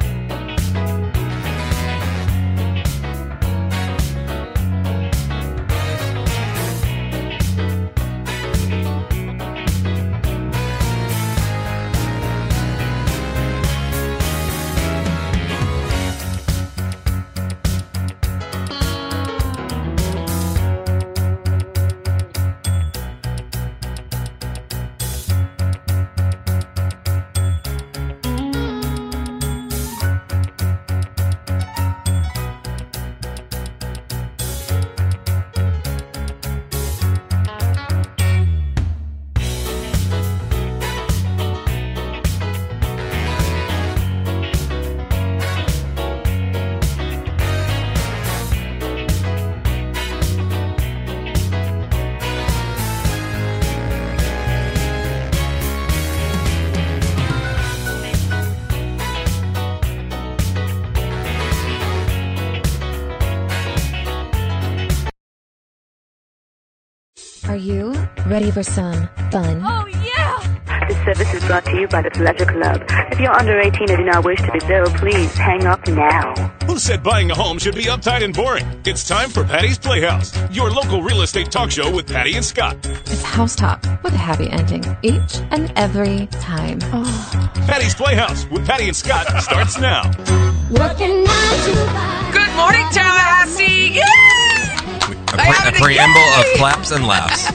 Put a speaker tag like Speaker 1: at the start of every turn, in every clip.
Speaker 1: Are you ready for some fun?
Speaker 2: Oh, yeah!
Speaker 3: This service is brought to you by the Pleasure Club. If you're under 18 and do not wish to be billed, please hang up now.
Speaker 4: Who said buying a home should be uptight and boring? It's time for Patty's Playhouse, your local real estate talk show with Patty and Scott.
Speaker 1: It's house talk with a happy ending each and every time.
Speaker 4: Patty's Playhouse with Patty and Scott starts now.
Speaker 5: Working nine to five.
Speaker 6: Good morning, Tallahassee! Yay!
Speaker 7: A,
Speaker 6: I have
Speaker 7: pre- a
Speaker 6: it
Speaker 7: preamble
Speaker 6: again.
Speaker 7: of claps and laughs.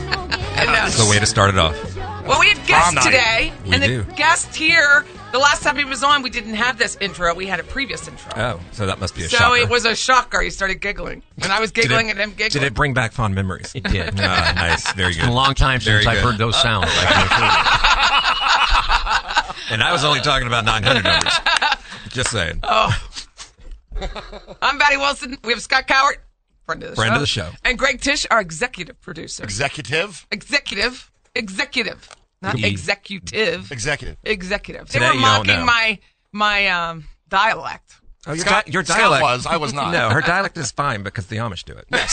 Speaker 7: That's the way to start it off.
Speaker 6: uh, Well, we have
Speaker 7: Prom night.
Speaker 6: guests today,
Speaker 7: We
Speaker 6: and the
Speaker 7: do.
Speaker 6: guest here. The last time he was on, we didn't have this intro. We had a previous intro.
Speaker 7: Oh, so that must be a
Speaker 6: so
Speaker 7: shocker.
Speaker 6: it was a shocker. He started giggling, and I was
Speaker 7: Did it-
Speaker 6: giggling at him giggling.
Speaker 7: Did it bring back fond memories? It
Speaker 8: did.
Speaker 7: nice. Very
Speaker 8: It's
Speaker 7: good.
Speaker 8: been a long time
Speaker 7: Very
Speaker 8: since I've
Speaker 7: good.
Speaker 8: heard
Speaker 9: Uh,
Speaker 8: those sounds. I can assure
Speaker 7: And I was only talking about 900 numbers. Just saying.
Speaker 6: Oh, I'm Batty Wilson. We have Scott Cowart, friend of the
Speaker 7: Friend
Speaker 6: show,
Speaker 7: of the show.
Speaker 6: and Greg Tish, our executive producer,
Speaker 10: executive
Speaker 6: executive, executive, not
Speaker 7: Could be-
Speaker 6: executive,
Speaker 10: executive
Speaker 6: executive.
Speaker 7: Today
Speaker 6: they were
Speaker 7: you don't
Speaker 6: mocking
Speaker 7: know.
Speaker 6: my my um, dialect.
Speaker 7: Oh, your,
Speaker 10: Scott-
Speaker 7: di- your
Speaker 10: Scott
Speaker 7: dialect
Speaker 10: was, I was not.
Speaker 7: No, her dialect is fine because the Amish do it. Yes.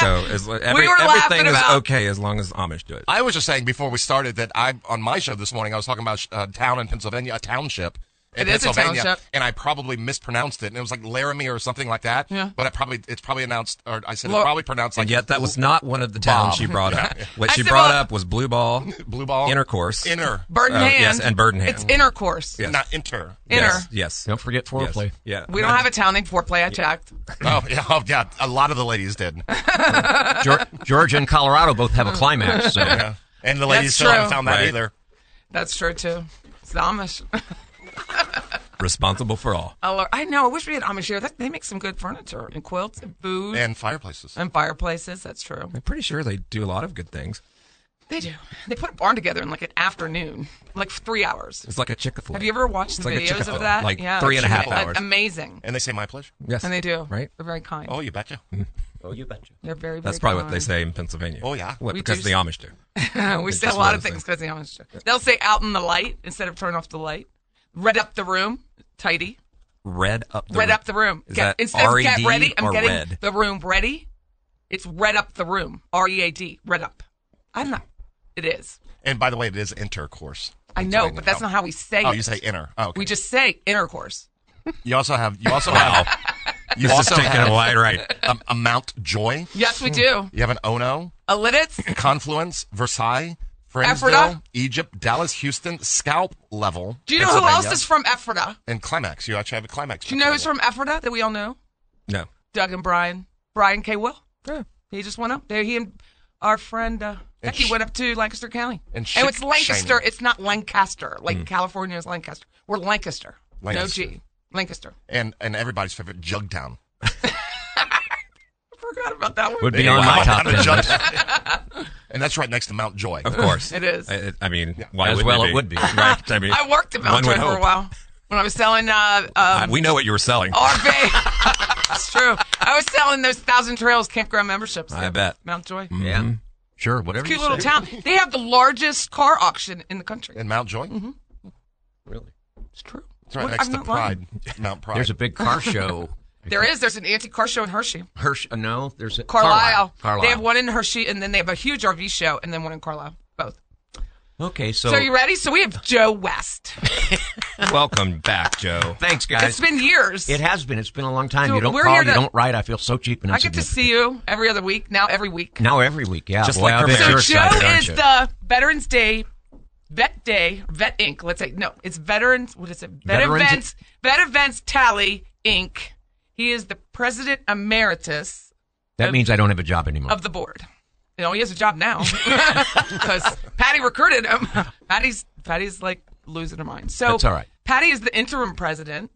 Speaker 7: so as, lo- every,
Speaker 6: were laughing
Speaker 7: everything is
Speaker 6: about-
Speaker 7: okay as long as the Amish do it.
Speaker 10: i was just saying before we started that i on my show this morning i was talking about a town in pennsylvania a township in
Speaker 6: It is a
Speaker 10: pennsylvania
Speaker 6: township.
Speaker 10: and i probably mispronounced it and it was like laramie or something like that
Speaker 6: Yeah.
Speaker 10: but i probably it's probably announced or i said
Speaker 6: Lo-
Speaker 10: it's probably pronounced like
Speaker 7: And yet that was not one of the towns
Speaker 10: Bob.
Speaker 7: she brought up. What
Speaker 6: I
Speaker 7: she
Speaker 6: said,
Speaker 7: brought
Speaker 6: well-
Speaker 7: up was blue ball,
Speaker 10: blue ball
Speaker 7: intercourse.
Speaker 10: inner
Speaker 6: Burden
Speaker 7: Oh,
Speaker 6: hand.
Speaker 7: yes, and burden hand.
Speaker 6: It's intercourse.
Speaker 7: Yes.
Speaker 10: not inter
Speaker 6: Inner.
Speaker 7: Yes. yes.
Speaker 8: you. Don't forget
Speaker 7: Yes.
Speaker 8: foreplay.
Speaker 7: Yeah.
Speaker 6: We don't have a town named Foreplay. I checked.
Speaker 10: oh yeah oh yeah a lot of the ladies did
Speaker 8: Geor- Georgia and Colorado both have a climax. So.
Speaker 10: yeah. and the ladies
Speaker 6: That's
Speaker 10: still haven't
Speaker 6: true.
Speaker 10: found that
Speaker 7: Right.
Speaker 10: either
Speaker 6: That's true too. It's the Amish.
Speaker 7: Responsible for all.
Speaker 6: I'll- I know. I wish we had Amish here. That, they make some good furniture and quilts and food and,
Speaker 10: and fireplaces
Speaker 6: fireplaces. That's true.
Speaker 7: I'm pretty sure they do a lot of good things.
Speaker 6: They do. They put a barn together in like an afternoon, like three hours.
Speaker 7: It's like a Chick fil A.
Speaker 6: Have you ever watched the
Speaker 7: like a
Speaker 6: videos
Speaker 7: Chick-fil-A,
Speaker 6: of that?
Speaker 7: like three and a half
Speaker 6: Ama-
Speaker 7: hours.
Speaker 6: Amazing.
Speaker 10: and they say my pleasure
Speaker 7: Yes.
Speaker 6: And they do.
Speaker 7: Right?
Speaker 6: They're very kind.
Speaker 10: oh you betcha
Speaker 6: They're very, very
Speaker 7: That's probably what they
Speaker 6: kind.
Speaker 7: say in Pennsylvania.
Speaker 10: Oh, yeah.
Speaker 7: What,
Speaker 6: We
Speaker 7: because
Speaker 6: do
Speaker 7: the
Speaker 6: s-
Speaker 7: Amish do.
Speaker 6: we
Speaker 7: It's
Speaker 6: say a
Speaker 7: just
Speaker 6: lot
Speaker 7: one
Speaker 6: of
Speaker 7: of those
Speaker 6: things because the Amish do. They'll say out in the light instead of turn off the light. Red up the room. Tidy.
Speaker 7: Red up the
Speaker 6: red
Speaker 7: room.
Speaker 6: up the room.
Speaker 7: Is
Speaker 6: Get-
Speaker 7: that
Speaker 6: instead of get
Speaker 7: R.E.D.
Speaker 6: ready, I'm
Speaker 7: or
Speaker 6: getting
Speaker 7: red?
Speaker 6: the room ready. It's red up the room. R E A D. Red up. I'm not. It is.
Speaker 10: and by the way it is intercourse
Speaker 6: I know, but that's not how we say
Speaker 10: oh
Speaker 6: it.
Speaker 10: you say inner oh okay.
Speaker 6: we just say intercourse.
Speaker 10: you also have you also have you
Speaker 7: This is
Speaker 10: also
Speaker 7: taking
Speaker 10: have
Speaker 7: a wide right.
Speaker 10: um, a Mount Joy.
Speaker 6: Yes,
Speaker 7: Hmm.
Speaker 6: we do.
Speaker 10: You have an Ono,
Speaker 6: Elitits.
Speaker 10: Confluence, Versailles,
Speaker 6: Ephrata.
Speaker 10: Friendsville, Egypt, Dallas, Houston, Scalp level.
Speaker 6: Do you know who else
Speaker 10: Pennsylvania,
Speaker 6: is from Ephrata?
Speaker 10: And Climax. You actually have a Climax.
Speaker 6: Do you know who's from Ephrata that we all know?
Speaker 7: No.
Speaker 6: Doug and Brian. Brian K. Will.
Speaker 7: Yeah.
Speaker 6: He just went up there. He and our friend uh,
Speaker 10: And
Speaker 6: Becky
Speaker 10: sh-
Speaker 6: went up to Lancaster County.
Speaker 10: And
Speaker 6: oh, it's
Speaker 10: shit
Speaker 6: Lancaster.
Speaker 10: shaming.
Speaker 6: It's not Lancaster. Like
Speaker 9: Mm.
Speaker 6: California is Lancaster. We're Lancaster.
Speaker 10: Lancaster.
Speaker 6: No G. Lancaster.
Speaker 10: And and everybody's favorite Jugtown.
Speaker 6: I forgot about that one.
Speaker 8: Would be on my
Speaker 10: Wow,
Speaker 8: top
Speaker 10: not a
Speaker 8: ten. list.
Speaker 10: Jugtown. and that's right next to Mount Joy.
Speaker 9: Of course.
Speaker 6: It is.
Speaker 9: I, I mean, why
Speaker 8: As
Speaker 9: wouldn't
Speaker 8: well,
Speaker 9: it be?
Speaker 8: it would be.
Speaker 9: Right. I mean,
Speaker 6: I worked at
Speaker 9: one
Speaker 6: Mount
Speaker 9: would
Speaker 6: Joy for a
Speaker 9: hope.
Speaker 6: while when I was selling uh,
Speaker 9: Uh,
Speaker 6: um,
Speaker 9: we know what you were selling.
Speaker 6: RV. it's true. I was selling those Thousand Trails campground memberships.
Speaker 9: I
Speaker 6: there.
Speaker 9: bet.
Speaker 6: Mount Joy.
Speaker 8: Yeah. Mm-hmm. Sure. Whatever.
Speaker 6: Cute
Speaker 8: you
Speaker 6: little
Speaker 8: say.
Speaker 6: town. They have the largest car auction in the country.
Speaker 10: In Mount Joy?
Speaker 9: Really?
Speaker 6: It's true.
Speaker 10: It's right
Speaker 6: Mm-hmm. What-
Speaker 10: next
Speaker 6: I'm
Speaker 10: to
Speaker 6: not lying.
Speaker 10: Pride. Mount Pride.
Speaker 8: There's a big car show.
Speaker 6: There is. There's an anti-car show in Hershey.
Speaker 8: Hirsch. uh, No. There's a
Speaker 6: Carlisle.
Speaker 8: Carlisle.
Speaker 6: They have one in Hershey, and then they have a huge RV show, and then one in Carlisle. Both.
Speaker 8: Okay. So.
Speaker 6: So, you ready? So we have Joe West.
Speaker 9: Welcome back, Joe.
Speaker 8: Thanks, guys.
Speaker 6: It's been years.
Speaker 8: It has been. It's been a long time.
Speaker 6: So
Speaker 8: you don't
Speaker 6: we're
Speaker 8: call.
Speaker 6: here
Speaker 8: You
Speaker 6: to-
Speaker 8: don't write. I feel so cheap and
Speaker 6: I get to
Speaker 8: insignificant.
Speaker 6: see you every other week. Now every week.
Speaker 8: Now every week, yeah.
Speaker 9: Just
Speaker 8: boy,
Speaker 9: like
Speaker 8: I
Speaker 9: her
Speaker 8: bet
Speaker 9: marriage.
Speaker 8: you're
Speaker 6: So
Speaker 8: excited,
Speaker 6: Joe
Speaker 8: aren't
Speaker 6: is
Speaker 8: you?
Speaker 6: the Veterans Day, Vet Day, Vet Inc. Let's say no, it's Veterans. What is it? Vet
Speaker 8: Veterans-
Speaker 6: Events, Vet Events Tally Inc. He is the president emeritus
Speaker 8: That means I don't have a job anymore.
Speaker 6: of the board. You know, he has a job now because Patty recruited him. Patty's Patty's like losing her mind. So
Speaker 8: That's all right.
Speaker 6: Patty is the interim president.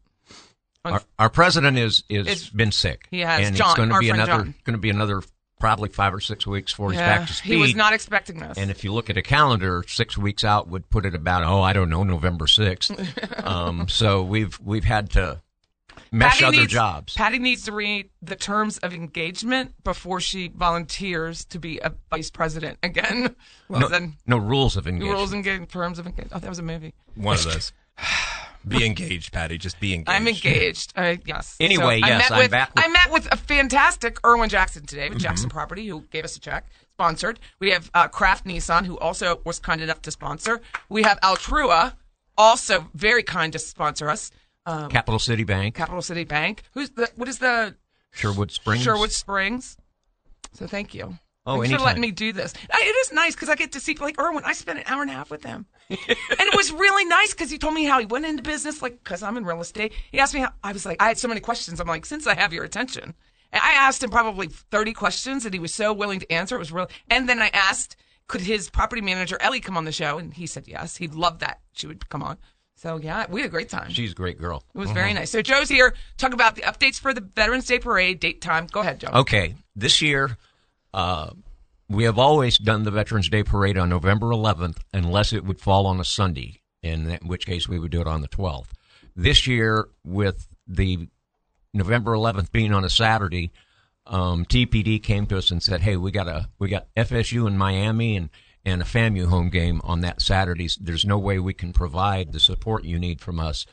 Speaker 8: our, our president is is
Speaker 6: It's-
Speaker 8: been sick.
Speaker 6: he has.
Speaker 8: and
Speaker 6: John,
Speaker 8: it's going to
Speaker 6: our
Speaker 8: be
Speaker 6: friend
Speaker 8: another
Speaker 6: John.
Speaker 8: going to be another probably five or six weeks before he's
Speaker 6: Yeah,
Speaker 8: back to speed.
Speaker 6: Uh, he was not expecting this.
Speaker 8: and if you look at a calendar, six weeks out would put it about oh I don't know November sixth. um, so we've we've had to mesh
Speaker 6: Patty
Speaker 8: other
Speaker 6: needs,
Speaker 8: jobs.
Speaker 6: Patty needs to read the terms of engagement before she volunteers to be a vice president again.
Speaker 8: no,
Speaker 6: Well, then
Speaker 8: no rules of engagement.
Speaker 6: rules and ga- terms of engagement. Oh, that was a movie.
Speaker 9: One of those. Be engaged, Patty. Just be engaged.
Speaker 6: I'm engaged. Uh, yes.
Speaker 8: Anyway,
Speaker 6: I
Speaker 8: yes,
Speaker 6: met
Speaker 8: I'm
Speaker 6: with,
Speaker 8: back with- Mm-hmm.
Speaker 6: I met with a fantastic Erwin Jackson today with Jackson Property, who gave us a check, sponsored. We have uh, Kraft Nissan, who also was kind enough to sponsor. We have Altrua, also very kind to sponsor us. Um,
Speaker 8: Capital City Bank,
Speaker 6: Capital City Bank. Who's the? What is the
Speaker 8: Sherwood Springs.
Speaker 6: Sherwood Springs? So thank you.
Speaker 8: Oh,
Speaker 6: Thanks for
Speaker 8: anytime.
Speaker 6: letting me do this. I, it is nice because I get to see like Erwin. I spent an hour and a half with him, and it was really nice because he told me how he went into business. Like because I'm in real estate, he asked me. how I was like, I had so many questions. I'm like, since I have your attention, and I asked him probably 30 questions, and he was so willing to answer. It was real. And then I asked, could his property manager Ellie come on the show? And he said yes. He loved that she would come on. So yeah, we had a great time.
Speaker 8: She's a great girl.
Speaker 6: It was very nice. So Joe's here. Talk about the updates for the Veterans Day Parade, date, time. Go ahead, Joe.
Speaker 8: Okay, this year, uh, we have always done the Veterans Day Parade on November 11th, unless it would fall on a Sunday, in that- in which case we would do it on the 12th. This year, with the November 11th being on a Saturday, um, TPD came to us and said, "Hey, we got a we got FSU in Miami and and a FAMU home game on that Saturday. There's no way we can provide the support you need from us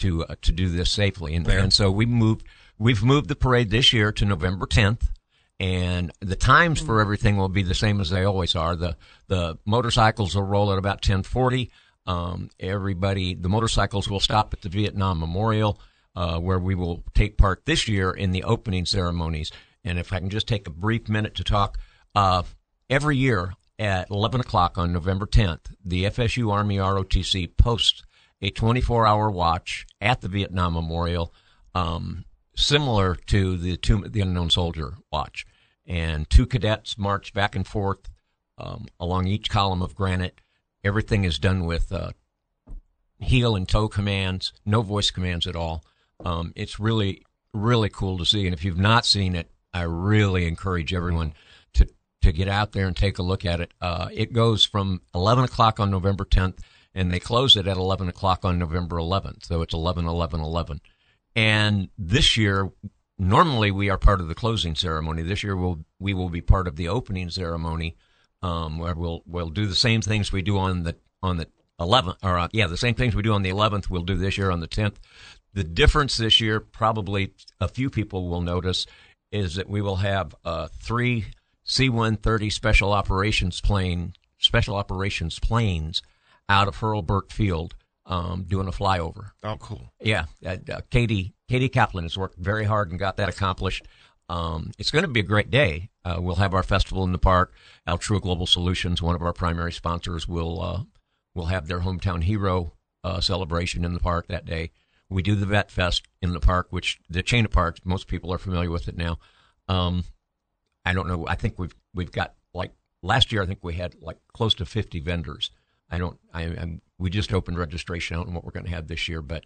Speaker 8: to uh, to do this safely." And, and so we moved we've moved the parade this year to November 10th. And the times for everything will be the same as they always are. The the motorcycles will roll at about 10:40. Um, everybody, the motorcycles will stop at the Vietnam Memorial uh, where we will take part this year in the opening ceremonies. And if I can just take a brief minute to talk, uh, every year at 11 o'clock on November 10th, the FSU Army ROTC posts a 24 hour watch at the Vietnam Memorial, um, similar to the Tomb of the Unknown Soldier watch. And two cadets march back and forth um, along each column of granite. Everything is done with uh, heel and toe commands, no voice commands at all. Um, it's really, really cool to see. And if you've not seen it, I really encourage everyone to, to get out there and take a look at it. Uh, it goes from 11 o'clock on November 10th, and they close it at 11 o'clock on November 11th. So it's 11, 11, 11. And this year, normally we are part of the closing ceremony. This year, we'll, we will be part of the opening ceremony, um, where we'll we'll do the same things we do on the on the 11th, or uh, yeah, the same things we do on the 11th. We'll do this year on the 10th. The difference this year, probably a few people will notice, is that we will have uh, three C-130 special operations plane special operations planes out of Hurlburt Field um, doing a flyover.
Speaker 10: Oh, cool.
Speaker 8: Yeah, uh, uh, Katie Katie Kaplan has worked very hard and got that accomplished. Um, it's going to be a great day. Uh, we'll have our festival in the park. Altrua Global Solutions, one of our primary sponsors, will uh, will have their hometown hero uh, celebration in the park that day. We do the Vet Fest in the park, which the chain of parks most people are familiar with it now. Um, I don't know. I think we've we've got like Last year, I think we had like close to 50 vendors. I don't. I, I'm, we just opened registration. I don't know what we're going to have this year, but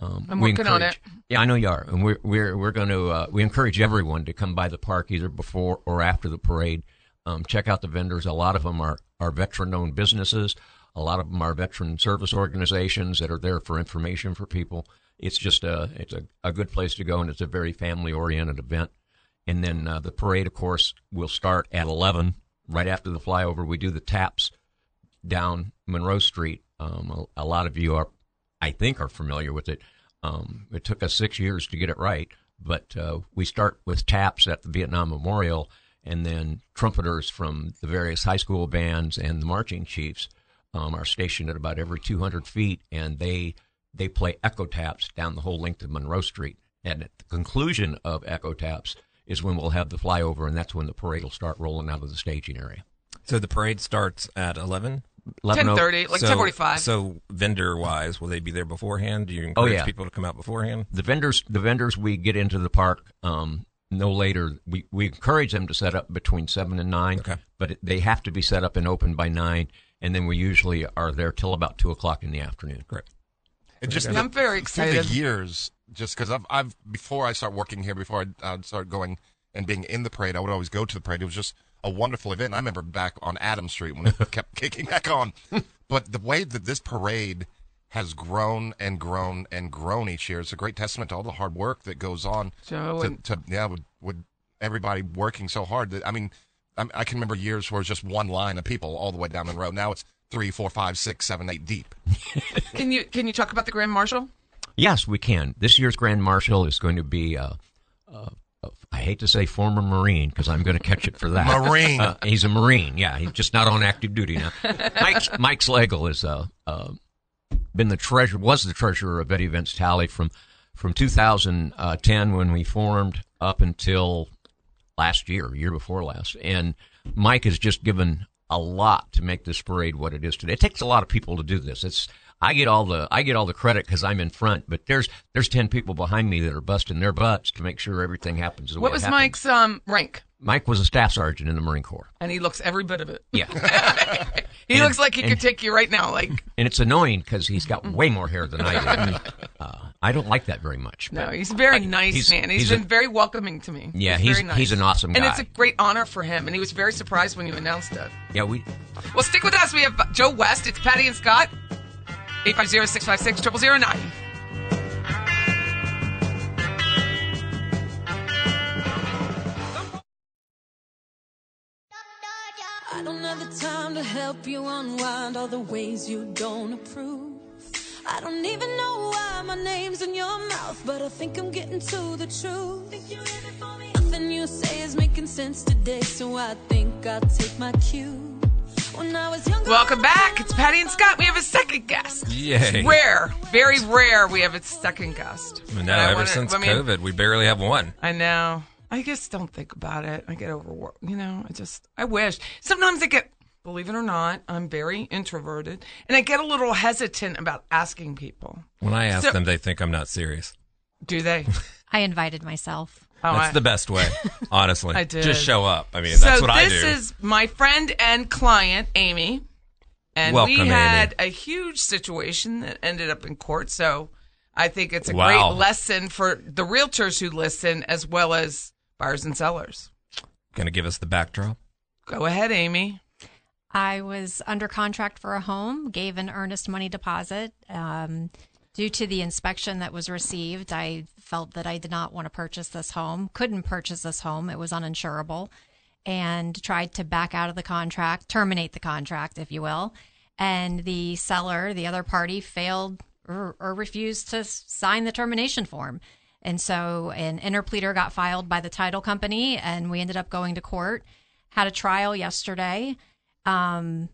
Speaker 8: um,
Speaker 6: I'm
Speaker 8: we
Speaker 6: working on
Speaker 8: encourage-
Speaker 6: it.
Speaker 8: Yeah, I know you are, and we're we're we're going to uh, we encourage everyone to come by the park either before or after the parade. Um, check out the vendors. A lot of them are are veteran-owned businesses. A lot of them are veteran service organizations that are there for information for people. It's just a it's a, a good place to go, and it's a very family-oriented event. And then uh, the parade, of course, will start at 11. Right after the flyover, we do the taps down Monroe Street. Um, a, a lot of you are, I think, are familiar with it. Um, it took us six years to get it right, but uh, we start with taps at the Vietnam Memorial, and then trumpeters from the various high school bands and the marching chiefs um, are stationed at about every 200 feet, and they they play echo taps down the whole length of Monroe Street. And at the conclusion of echo taps is when we'll have the flyover, and that's when the parade will start rolling out of the staging area.
Speaker 7: So the parade starts at 11?
Speaker 8: 11 o-
Speaker 6: 10:30, like
Speaker 7: So-
Speaker 6: 10:45.
Speaker 7: So vendor-wise, will they be there beforehand? Do you
Speaker 8: Oh,
Speaker 7: encourage
Speaker 8: yeah.
Speaker 7: people to come out beforehand?
Speaker 8: the vendors the vendors we get into the park um, no later we, we encourage them to set up between seven and nine
Speaker 7: Okay.
Speaker 8: but it, they have to be set up and open by nine and then we usually are there till about two o'clock in the afternoon
Speaker 7: Great.
Speaker 10: It just
Speaker 6: I'm very
Speaker 10: Through
Speaker 6: excited.
Speaker 10: the years, just because I've, I've before I start working here, before I would start going and being in the parade, I would always go to the parade. It was just a wonderful event. I remember back on Adam Street when it kept kicking back on. But the way that this parade has grown and grown and grown each year, it's a great testament to all the hard work that goes on.
Speaker 6: Joe
Speaker 10: to,
Speaker 6: and-
Speaker 10: to yeah, with, with everybody working so hard. That, I mean, I, I can remember years where it was just one line of people all the way down the road. Now it's three, four, five, six, seven, eight deep.
Speaker 6: Can you can you talk about the Grand Marshal?
Speaker 8: yes we can this year's grand marshal is going to be uh, uh, i hate to say former marine because i'm going to catch it for that
Speaker 10: Marine.
Speaker 8: Uh, he's a marine yeah he's just not on active duty now mike mike slagle is uh, uh, been the treasurer was the treasurer of Eddie Vince Talley from from 2010 when we formed up until last year, year before last. And Mike has just given a lot to make this parade what it is today. It takes a lot of people to do this. It's I get all the I get all the credit because I'm in front, but there's there's ten people behind me that are busting their butts to make sure everything happens. The
Speaker 6: What
Speaker 8: way it
Speaker 6: was
Speaker 8: happened.
Speaker 6: Mike's um, rank?
Speaker 8: Mike was a staff sergeant in the Marine Corps.
Speaker 6: And he looks every bit of it.
Speaker 8: Yeah.
Speaker 6: He
Speaker 8: And-
Speaker 6: looks like he
Speaker 8: and-
Speaker 6: could take you right now. Like
Speaker 8: and it's annoying because he's got way more hair than I do. uh, I don't like that very much.
Speaker 6: no,
Speaker 8: but-
Speaker 6: he's a very
Speaker 8: but
Speaker 6: nice man.
Speaker 8: he's
Speaker 6: he's been
Speaker 8: a-
Speaker 6: very welcoming to me.
Speaker 8: Yeah,
Speaker 6: he's
Speaker 8: he's-
Speaker 6: very nice.
Speaker 8: he's an awesome
Speaker 6: and
Speaker 8: guy.
Speaker 6: it's a great honor for him. And he was very surprised when you announced it.
Speaker 8: yeah, we
Speaker 6: Well, stick with us. We have Joe West. It's Patty and Scott. 850 656 0009.
Speaker 5: I don't have the time to help you unwind all the ways you don't approve. I don't even know why my name's in your mouth, but I think I'm getting to the truth. Nothing you say is making sense today, so I think I'll take my cue. When I was younger,
Speaker 6: Welcome back. It's Patty and Scott. We have a second guest.
Speaker 7: Yay.
Speaker 6: It's rare, very rare. We have a second guest.
Speaker 7: I mean,
Speaker 6: And
Speaker 7: now,
Speaker 6: I
Speaker 7: ever
Speaker 6: wonder-
Speaker 7: since
Speaker 6: I mean,
Speaker 7: COVID, we barely have one.
Speaker 6: I know. I just don't think about it. I get overworked. You know, I just, I wish. Sometimes I get, believe it or not, I'm very introverted and I get a little hesitant about asking people.
Speaker 7: When I ask
Speaker 6: So-
Speaker 7: them, they think I'm not serious.
Speaker 6: Do they?
Speaker 1: I invited myself.
Speaker 6: Oh,
Speaker 7: that's
Speaker 6: I-
Speaker 7: the best way, honestly.
Speaker 6: I did.
Speaker 7: Just show up. I mean,
Speaker 6: so
Speaker 7: that's what I do.
Speaker 6: this is my friend and client, Amy. And we
Speaker 7: Welcome,
Speaker 6: had a huge situation that ended up in court. So I think it's a
Speaker 7: Wow.
Speaker 6: great lesson for the realtors who listen as well as buyers and sellers.
Speaker 7: Going to give us the backdrop.
Speaker 6: Go ahead, Amy.
Speaker 1: I was under contract for a home, gave an earnest money deposit. Um, due to the inspection that was received, I felt that I did not want to purchase this home, couldn't purchase this home. It was uninsurable, and tried to back out of the contract, terminate the contract, if you will. And the seller, the other party, failed or, or refused to s- sign the termination form. And so an interpleader got filed by the title company, and we ended up going to court. Had a trial yesterday um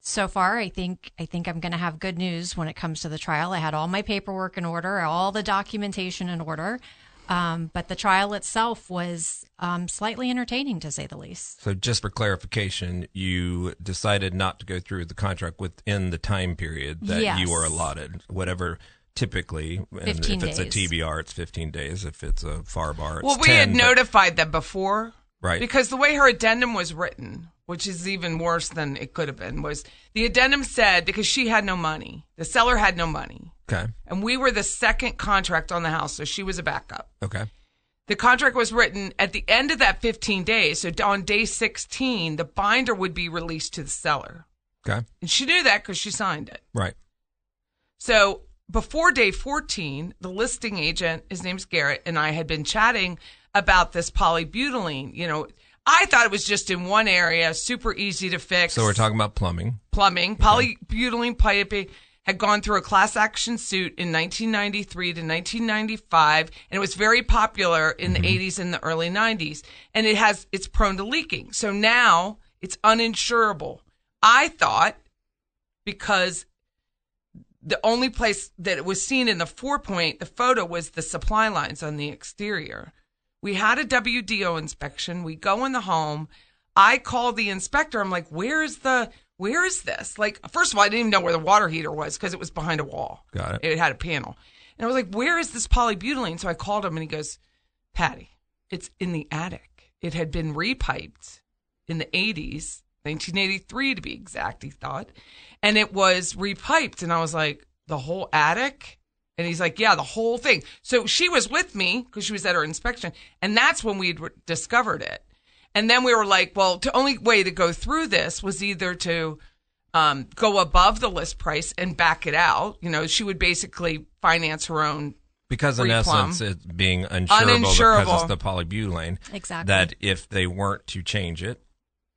Speaker 1: so far i think i think i'm going to have good news when it comes to the trial i had all my paperwork in order all the documentation in order um but the trial itself was um slightly entertaining to say the least
Speaker 7: So just for clarification, you decided not to go through with the contract within the time period that
Speaker 1: Yes.
Speaker 7: you were allotted, whatever typically. And
Speaker 1: 15
Speaker 7: if it's a
Speaker 1: days.
Speaker 7: TBR, it's 15 days. If it's a FAR bar, it's
Speaker 6: well, we
Speaker 7: 10,
Speaker 6: had
Speaker 7: but-
Speaker 6: notified them before
Speaker 7: Right.
Speaker 6: Because the way her addendum was written, which is even worse than it could have been, was the addendum said because she had no money, the seller had no money,
Speaker 7: Okay.
Speaker 6: and we were the second contract on the house, so she was a backup.
Speaker 7: Okay.
Speaker 6: The contract was written at the end of that 15 days. So on day 16, the binder would be released to the seller.
Speaker 7: Okay.
Speaker 6: And she knew that because she signed it.
Speaker 7: Right.
Speaker 6: So before day 14, the listing agent, his name's Garrett, and I had been chatting about this polybutylene. You know, I thought it was just in one area, super easy to fix.
Speaker 7: So we're talking about plumbing.
Speaker 6: plumbing. Polybutylene pipe had gone through a class action suit in 1993 to 1995, and it was very popular in
Speaker 7: Mm-hmm.
Speaker 6: the 80s and the early 90s. And it has it's prone to leaking. So now it's uninsurable. I thought because the only place that it was seen in the four point, the photo was the supply lines on the exterior. We had a WDO inspection. We go in the home. I call the inspector. I'm like, where is the, where is this? Like, first of all, I didn't even know where the water heater was because it was behind a wall.
Speaker 7: Got it.
Speaker 6: It had a panel. And I was like, where is this polybutylene? So I called him and he goes, Patty, it's in the attic. It had been repiped in the 80s, 1983 to be exact, he thought. And it was repiped. And I was like, the whole attic? And he's like, yeah, the whole thing. So she was with me because she was at her inspection. And that's when we re- discovered it. And then we were like, well, the only way to go through this was either to um, go above the list price and back it out. You know, she would basically finance her own.
Speaker 7: Because in
Speaker 6: Free plum.
Speaker 7: essence, it's being uninsurable, because
Speaker 6: Uninsurable.
Speaker 7: it's the polybutylene.
Speaker 1: Exactly.
Speaker 7: That if they weren't to change it,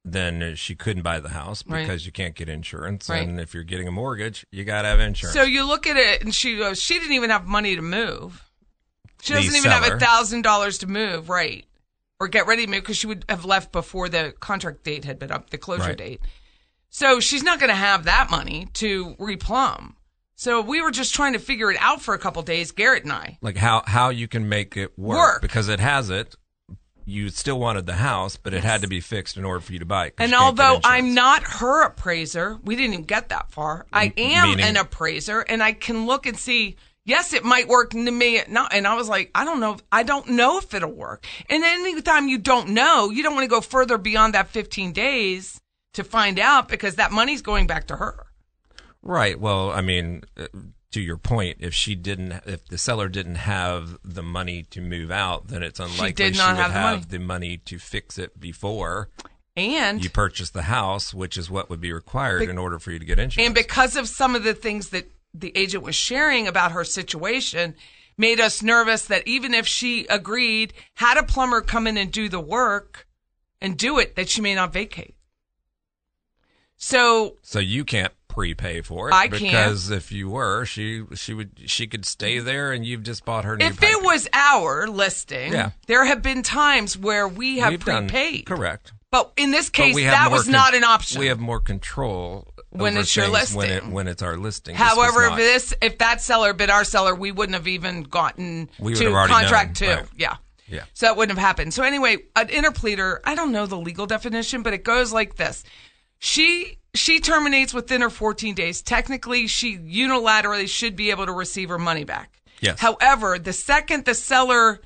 Speaker 7: then she couldn't buy the house
Speaker 6: Right.
Speaker 7: because you can't get insurance.
Speaker 6: Right.
Speaker 7: And if you're getting a mortgage, you got to have insurance.
Speaker 6: So you look at it and she goes, she didn't even have money to move. She
Speaker 7: The
Speaker 6: doesn't even have
Speaker 7: seller.
Speaker 6: a thousand dollars to move, right? Or get ready to move because she would have left before the contract date had been up, the closure
Speaker 7: Right.
Speaker 6: date. So she's not going to have that money to replumb. So we were just trying to figure it out for a couple days, Garrett and I.
Speaker 7: like how how you can make it work,
Speaker 6: Work.
Speaker 7: because it has it. You still wanted the house, but it had to be fixed in order for you to buy it. 'cause
Speaker 6: And
Speaker 7: you can't get
Speaker 6: although
Speaker 7: insurance.
Speaker 6: I'm not her appraiser, we didn't even get that far. I am
Speaker 7: meaning-
Speaker 6: an appraiser, and I can look and see. Yes, it might work to me. No, and I was like, I don't know. I don't know if it'll work. And anytime you don't know, you don't want to go further beyond that 15 days to find out because that money's going back to her.
Speaker 7: Right. Well, I mean, uh, to your point, if she didn't, if the seller didn't have the money to move out, then it's unlikely she,
Speaker 6: did not
Speaker 7: would
Speaker 6: have
Speaker 7: have,
Speaker 6: the
Speaker 7: the money to fix it before
Speaker 6: And
Speaker 7: you purchase the house, which is what would be required
Speaker 6: Bec-
Speaker 7: in order for you to get insurance.
Speaker 6: And because of some of the things that the agent was sharing about her situation, made us nervous that even if she agreed, had a plumber come in and do the work and do it, that she may not vacate. So
Speaker 7: so you can't prepay for it
Speaker 6: I can't.
Speaker 7: because if you were, she she would she could stay there, and you've just bought her new.
Speaker 6: if
Speaker 7: pipe.
Speaker 6: it was our listing,
Speaker 7: Yeah.
Speaker 6: there have been times where we have
Speaker 7: We've done-
Speaker 6: prepaid.
Speaker 7: correct.
Speaker 6: But in this
Speaker 7: But
Speaker 6: case,
Speaker 7: we have
Speaker 6: that
Speaker 7: more
Speaker 6: was
Speaker 7: con-
Speaker 6: not an option.
Speaker 7: We have more control
Speaker 6: When
Speaker 7: over
Speaker 6: it's your
Speaker 7: things when it
Speaker 6: listing.
Speaker 7: when it's our listing. This was
Speaker 6: However, if
Speaker 7: not.
Speaker 6: this if that seller bid our seller, we wouldn't have even gotten
Speaker 7: We would
Speaker 6: to
Speaker 7: have already
Speaker 6: contract two.
Speaker 7: known, right.
Speaker 6: Yeah.
Speaker 7: Yeah.
Speaker 6: So that wouldn't have happened. So anyway, an interpleader, I don't know the legal definition, but it goes like this. She she terminates within her 14 days. Technically, she unilaterally should be able to receive her money back.
Speaker 7: Yes.
Speaker 6: However, the second the seller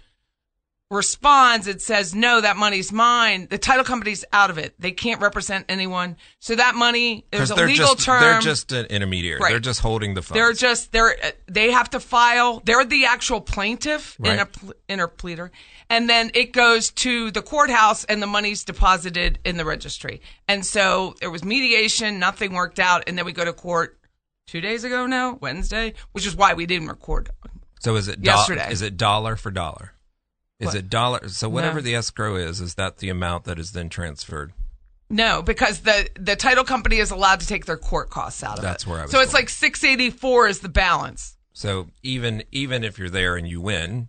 Speaker 6: responds and says, "No, that money's mine," the title company's out of it. They can't represent anyone. So that money there's a
Speaker 7: they're
Speaker 6: legal
Speaker 7: just,
Speaker 6: term.
Speaker 7: They're just an intermediary.
Speaker 6: Right.
Speaker 7: They're just holding the funds.
Speaker 6: They're just they're they have to file. They're the actual plaintiff in a
Speaker 7: Right.
Speaker 6: pl- in a pleader, and then it goes to the courthouse, and the money's deposited in the registry. And so there was mediation, nothing worked out, and then we go to court two days ago now, Wednesday, which is why we didn't record.
Speaker 7: so is it do-
Speaker 6: yesterday.
Speaker 7: Is it dollar for dollar? Is
Speaker 6: What?
Speaker 7: it dollar? So whatever
Speaker 6: No.
Speaker 7: the escrow is, is that the amount that is then transferred?
Speaker 6: No, because the the title company is allowed to take their court costs out of
Speaker 7: That's
Speaker 6: it.
Speaker 7: where I was
Speaker 6: So it's
Speaker 7: going.
Speaker 6: like six eighty four is the balance.
Speaker 7: So even even if you're there and you win,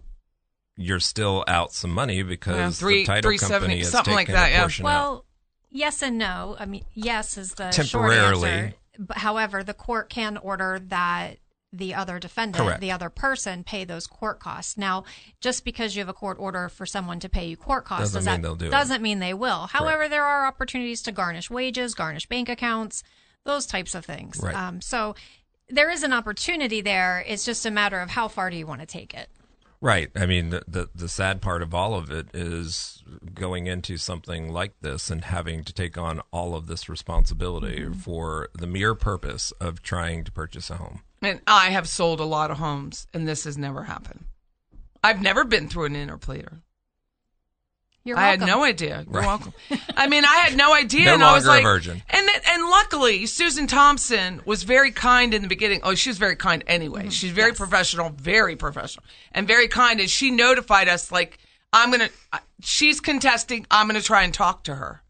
Speaker 7: you're still out some money because
Speaker 6: Yeah, three-
Speaker 7: the title
Speaker 6: 370,
Speaker 7: company is
Speaker 6: something
Speaker 7: taking
Speaker 6: like that,
Speaker 7: a
Speaker 6: yeah.
Speaker 7: portion out.
Speaker 1: Well, yes and no. I mean, yes is the
Speaker 7: Temporarily.
Speaker 1: Short answer. But however, the court can order that the other defendant,
Speaker 7: Correct.
Speaker 1: the other person, pay those court costs. Now, just because you have a court order for someone to pay you court costs
Speaker 7: Doesn't
Speaker 1: does that-
Speaker 7: mean they'll do it.
Speaker 1: doesn't mean they will. However, there are opportunities to garnish wages, garnish bank accounts, those types of things.
Speaker 7: Right.
Speaker 1: Um, so there is an opportunity there. It's just a matter of how far do you want to take it.
Speaker 7: Right. I mean, the, the the sad part of all of it is going into something like this and having to take on all of this responsibility
Speaker 1: Mm-hmm.
Speaker 7: for the mere purpose of trying to purchase a home.
Speaker 6: And I have sold a lot of homes, and this has never happened. I've never been through an interpleader.
Speaker 1: You're
Speaker 6: I had
Speaker 1: welcome.
Speaker 6: no idea. You're
Speaker 7: Right.
Speaker 6: welcome. I mean, I had no idea,
Speaker 7: No
Speaker 6: and I was
Speaker 7: longer
Speaker 6: like,
Speaker 7: a virgin.
Speaker 6: and th- and luckily, Susan Thompson was very kind in the beginning. Oh, she was very kind
Speaker 1: Mm-hmm.
Speaker 6: anyway. She's very professional, very professional, and very kind. And she notified us like, "I'm gonna, I- she's contesting. I'm gonna try and talk to her."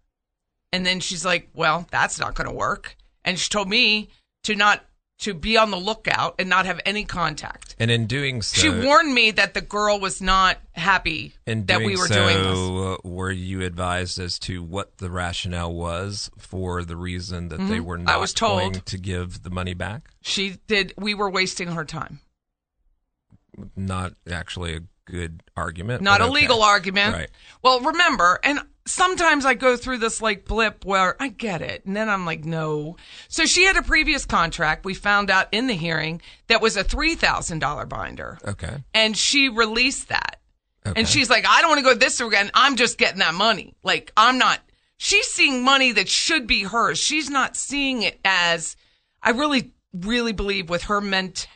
Speaker 6: And then she's like, "Well, that's not gonna work." And she told me to not to be on the lookout and not have any contact.
Speaker 7: And in doing so,
Speaker 6: She warned me that the girl was not happy
Speaker 7: in
Speaker 6: that
Speaker 7: doing
Speaker 6: we were
Speaker 7: so,
Speaker 6: doing this.
Speaker 7: uh, Were you advised as to what the rationale was for the reason that they
Speaker 6: Mhm.
Speaker 7: were
Speaker 6: I
Speaker 7: not
Speaker 6: was told.
Speaker 7: going to give the money back?
Speaker 6: She did. We were wasting her time.
Speaker 7: Not actually a good argument.
Speaker 6: Not a
Speaker 7: but Uh, okay.
Speaker 6: legal argument.
Speaker 7: Right.
Speaker 6: Well, remember, and sometimes I go through this like blip where I get it, and then I'm like, no. So she had a previous contract. We found out in the hearing that was a three thousand dollar binder,
Speaker 7: Okay.
Speaker 6: and she released that.
Speaker 7: Okay.
Speaker 6: And she's like, I don't want to go this again. I'm just getting that money. Like I'm not. She's seeing money that should be hers. She's not seeing it as. I really, really believe with her ment-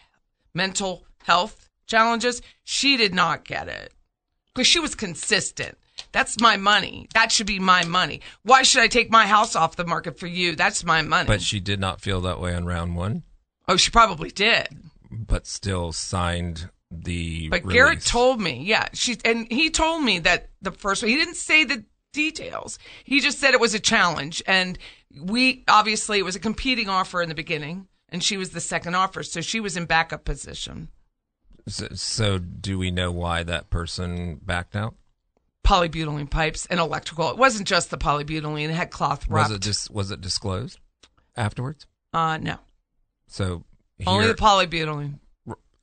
Speaker 6: mental health challenges, she did not get it because she was consistent. That's my money. That should be my money. Why should I take my house off the market for you? That's my money.
Speaker 7: But she did not feel that way on round one,
Speaker 6: oh, she probably did.
Speaker 7: but still signed the.
Speaker 6: But
Speaker 7: release.
Speaker 6: Garrett told me, yeah, she and he told me that the first one. He didn't say the details. He just said it was a challenge, and we obviously it was a competing offer in the beginning, and she was the second offer, so she was in backup position.
Speaker 7: So, so do we know why that person backed out?
Speaker 6: Polybutylene pipes and electrical. It wasn't just the polybutylene; it had cloth
Speaker 7: Was
Speaker 6: wrapped.
Speaker 7: it just was it disclosed afterwards?
Speaker 6: uh, no,
Speaker 7: So
Speaker 6: only
Speaker 7: here-
Speaker 6: the polybutylene.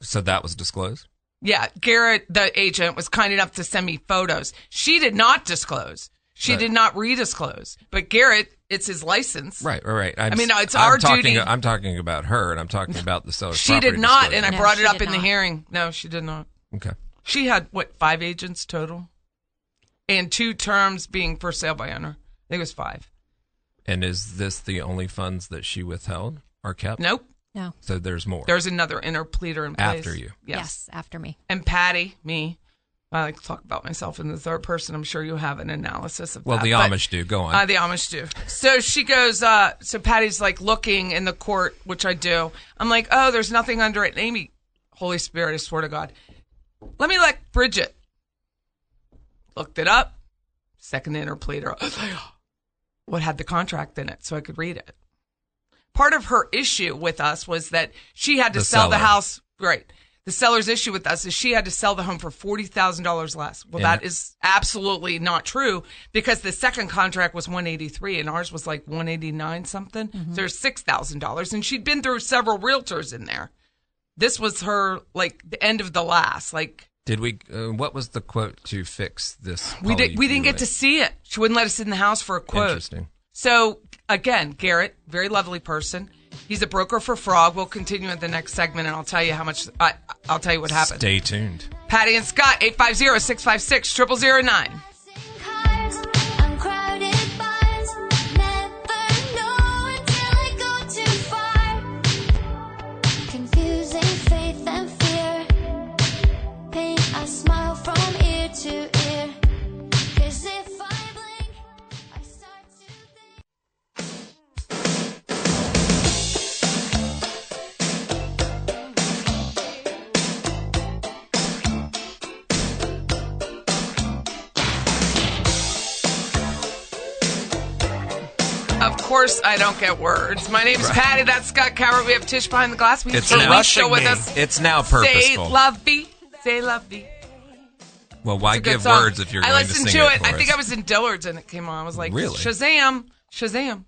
Speaker 7: so that was disclosed.
Speaker 6: Yeah, Garrett, the agent, was kind enough to send me photos. She did not disclose. She
Speaker 7: Right.
Speaker 6: did not redisclose. But Garrett, it's his license.
Speaker 7: Right, right, right. I'm,
Speaker 6: I mean, it's
Speaker 7: I'm
Speaker 6: our
Speaker 7: talking,
Speaker 6: duty.
Speaker 7: I'm talking about her, and I'm talking about the seller.
Speaker 6: She did not, and I
Speaker 1: No,
Speaker 6: brought
Speaker 1: she
Speaker 6: it up
Speaker 1: did
Speaker 6: in the
Speaker 1: not.
Speaker 6: hearing. No, she did not.
Speaker 7: Okay.
Speaker 6: She had what five agents total, and two terms being for sale by owner. I think it was five.
Speaker 7: And is this the only funds that she withheld or kept?
Speaker 6: Nope.
Speaker 1: No.
Speaker 7: So there's more.
Speaker 6: There's another interpleader in place
Speaker 7: After you.
Speaker 6: Yes.
Speaker 1: yes, after me.
Speaker 6: And Patty, me. I like to talk about myself in the third person. I'm sure you have an analysis of
Speaker 7: well,
Speaker 6: that.
Speaker 7: the
Speaker 6: but-
Speaker 7: Amish do. Go on.
Speaker 6: Uh, the Amish do. So she goes, uh, so Patty's like looking in the court, which I do. I'm like, oh, there's nothing under it. And Amy, Holy Spirit, I swear to God. Let me like Bridget. Looked it up. Second interpleader. what had the contract in it so I could read it. Part of her issue with us was that she had to
Speaker 7: The
Speaker 6: sell the
Speaker 7: seller.
Speaker 6: house. Right. The seller's issue with us is she had to sell the home for $40,000 less. Well,
Speaker 7: And-
Speaker 6: that is absolutely not true because the second contract was 183 and ours was like 189 something.
Speaker 7: Mm-hmm.
Speaker 6: So there's $6,000 and she'd been through several realtors in there. This was her like the end of the last. Like
Speaker 7: did we? Uh, what was the quote to fix this?
Speaker 6: we did we didn't get to
Speaker 7: polybutylate?
Speaker 6: see it. She wouldn't let us in the house for a quote.
Speaker 7: Oh, Interesting.
Speaker 6: So again, Garrett, very lovely person. He's a broker for Frog. We'll continue in the next segment, and I'll tell you how much. I, I'll tell you what happened.
Speaker 7: Stay tuned.
Speaker 6: Patty and Scott, 850-656-0009.
Speaker 5: Cars and crowded bars, never know until I go too far. Confusing faith and fear, pain. I smile from ear to ear. 'Cause if I blink, I start to think.
Speaker 6: Of course, I don't get words. My name's Patty. That's Scott Coward. We have Tish behind the glass. We have
Speaker 7: It's
Speaker 6: Felicia
Speaker 7: rushing
Speaker 6: with
Speaker 7: me.
Speaker 6: us.
Speaker 7: It's now
Speaker 6: Say
Speaker 7: purposeful.
Speaker 6: love me. Say love me.
Speaker 7: well, why
Speaker 6: It's a good
Speaker 7: give
Speaker 6: song.
Speaker 7: words if you're
Speaker 6: I
Speaker 7: going to
Speaker 6: listened
Speaker 7: sing
Speaker 6: to
Speaker 7: it?
Speaker 6: it.
Speaker 7: for
Speaker 6: I think
Speaker 7: us?
Speaker 6: I was in Dillard's and it came on. I was like,
Speaker 7: Really?
Speaker 6: Shazam, Shazam.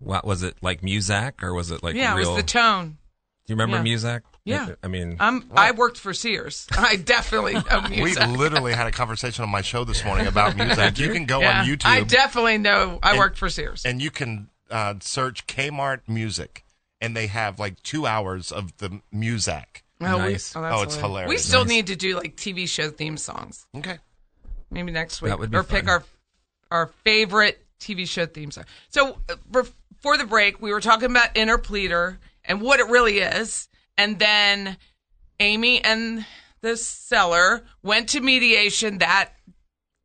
Speaker 7: What was it like? Muzak or was it like
Speaker 6: yeah,
Speaker 7: real?
Speaker 6: it was the tone.
Speaker 7: Do you remember
Speaker 6: yeah.
Speaker 7: Muzak?
Speaker 6: Yeah.
Speaker 7: I mean,
Speaker 6: I'm. I worked for Sears. I definitely know
Speaker 10: We
Speaker 6: music.
Speaker 10: literally had a conversation on my show this morning about music. You can go
Speaker 6: Yeah.
Speaker 10: on YouTube
Speaker 6: I definitely know. I
Speaker 10: And-
Speaker 6: worked for Sears.
Speaker 10: and you can uh, search Kmart music, and they have like two hours of the music.
Speaker 6: Oh, we-
Speaker 7: Nice.
Speaker 6: oh, that's
Speaker 7: Oh, it's hilarious.
Speaker 6: We still
Speaker 7: Nice.
Speaker 6: need to do like TV show theme songs.
Speaker 10: Okay.
Speaker 6: Maybe next week.
Speaker 7: That would be
Speaker 6: or pick
Speaker 7: fun.
Speaker 6: our our favorite TV show theme song. So uh, before the break, we were talking about interpleader and what it really is, and then Amy and the seller went to mediation. That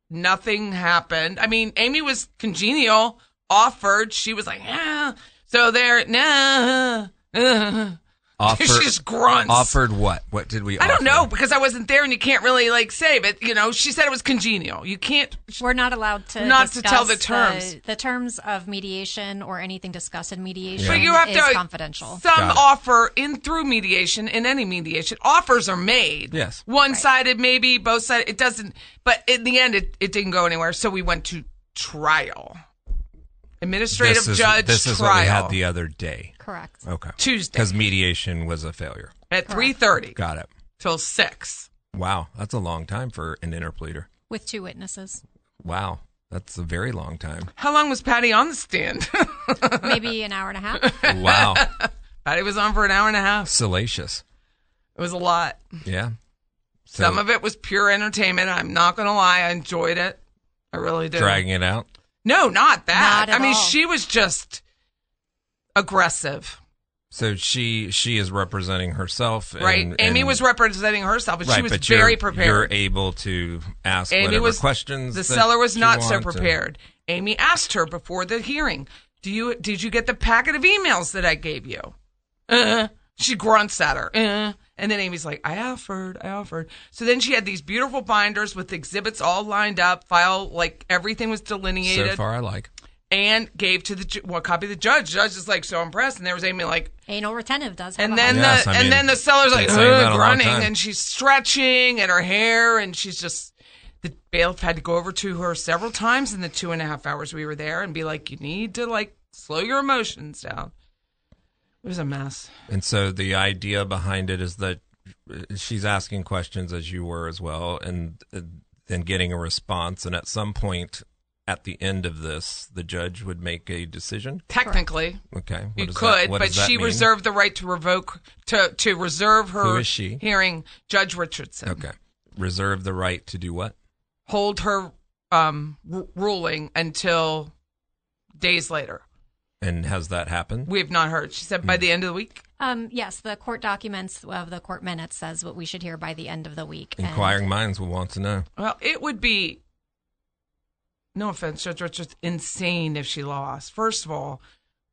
Speaker 6: nothing happened. I mean, Amy was congenial, offered. She was like, ah. So they're nah. uh."
Speaker 7: Offer,
Speaker 6: she just grunts.
Speaker 7: Offered what? What did we?
Speaker 6: I don't
Speaker 7: offer?
Speaker 6: know because I wasn't there, and you can't really like say. But you know, she said it was congenial. You can't.
Speaker 1: We're not allowed to
Speaker 6: Not to tell the
Speaker 1: discuss
Speaker 6: terms.
Speaker 1: The, the terms of mediation or anything discussed in mediation
Speaker 6: But you have
Speaker 1: is
Speaker 6: to
Speaker 1: confidential.
Speaker 6: Some
Speaker 1: Got it.
Speaker 6: offer in through mediation in any mediation offers are made.
Speaker 7: Yes.
Speaker 6: one sided maybe both sided. It doesn't. But in the end, it, it didn't go anywhere. So we went to trial, administrative
Speaker 7: This is,
Speaker 6: judge
Speaker 7: This is
Speaker 6: trial
Speaker 7: what we had the other day.
Speaker 1: Correct.
Speaker 6: Oh.
Speaker 7: Okay.
Speaker 6: Tuesday.
Speaker 7: Because mediation was a failure.
Speaker 6: at three thirty
Speaker 7: Got it.
Speaker 6: till six.
Speaker 7: Wow, that's a long time for an interpleader.
Speaker 1: with two witnesses,
Speaker 7: Wow, that's a very long time.
Speaker 6: How long was Patty on the stand?
Speaker 1: maybe an hour and a half.
Speaker 7: Wow,
Speaker 6: Patty was on for an hour and a half.
Speaker 7: salacious.
Speaker 6: It was a lot.
Speaker 7: Yeah. So,
Speaker 6: Some of it was pure entertainment. I'm not going to lie. I enjoyed it. I really did.
Speaker 7: dragging it out.
Speaker 6: No, not that.
Speaker 1: Not at
Speaker 6: I mean,
Speaker 1: all.
Speaker 6: she was just aggressive,
Speaker 7: So she she is representing herself. And,
Speaker 6: right? Amy
Speaker 7: and-
Speaker 6: was representing herself, but she
Speaker 7: right,
Speaker 6: was
Speaker 7: but
Speaker 6: very
Speaker 7: you're, You're
Speaker 6: prepared.
Speaker 7: able to ask
Speaker 6: Amy
Speaker 7: whatever
Speaker 6: was
Speaker 7: questions.
Speaker 6: The
Speaker 7: that
Speaker 6: seller was
Speaker 7: you
Speaker 6: not so
Speaker 7: want and-
Speaker 6: prepared. Amy asked her before the hearing, "Do you did you get the packet of emails that I gave you?" Uh, she grunts at her. Uh, and then Amy's like, I offered, I offered. So then she had these beautiful binders with exhibits all lined up, file, like everything was delineated.
Speaker 7: so far, I like.
Speaker 6: and gave to the ju- well copy to the judge. Judge is like so impressed, and there was Amy like,
Speaker 1: Anal retentive does have
Speaker 6: and
Speaker 1: a
Speaker 6: then
Speaker 1: hard-
Speaker 7: Yes,
Speaker 6: the
Speaker 7: I
Speaker 6: and
Speaker 7: mean,
Speaker 6: then the seller's like
Speaker 7: been saying that a
Speaker 6: "Ugh,"
Speaker 7: long
Speaker 6: grunting,
Speaker 7: time.
Speaker 6: and she's stretching at her hair, and she's just the bailiff had to go over to her several times in the two and a half hours we were there, and be like, you need to like slow your emotions down. It was a mess.
Speaker 7: And so the idea behind it is that she's asking questions as you were as well, and uh, then getting a response. And at some point, at the end of this, the judge would make a decision.
Speaker 6: Technically,
Speaker 7: Okay, what
Speaker 6: you
Speaker 7: does that-
Speaker 6: could,
Speaker 7: what
Speaker 6: but
Speaker 7: does that
Speaker 6: she
Speaker 7: mean?
Speaker 6: reserved the right to revoke to to reserve her
Speaker 7: Who is she?
Speaker 6: hearing. Judge Richardson.
Speaker 7: Okay, reserve the right to do what?
Speaker 6: hold her um, r- ruling until days later.
Speaker 7: And has that happened?
Speaker 6: We have not heard. She said by the end of the week.
Speaker 1: um, yes, the court documents of the court minutes says what we should hear by the end of the week. and-
Speaker 7: Inquiring minds will want to know.
Speaker 6: Well, it would be, no offense, Judge Richards, insane if she lost. First of all,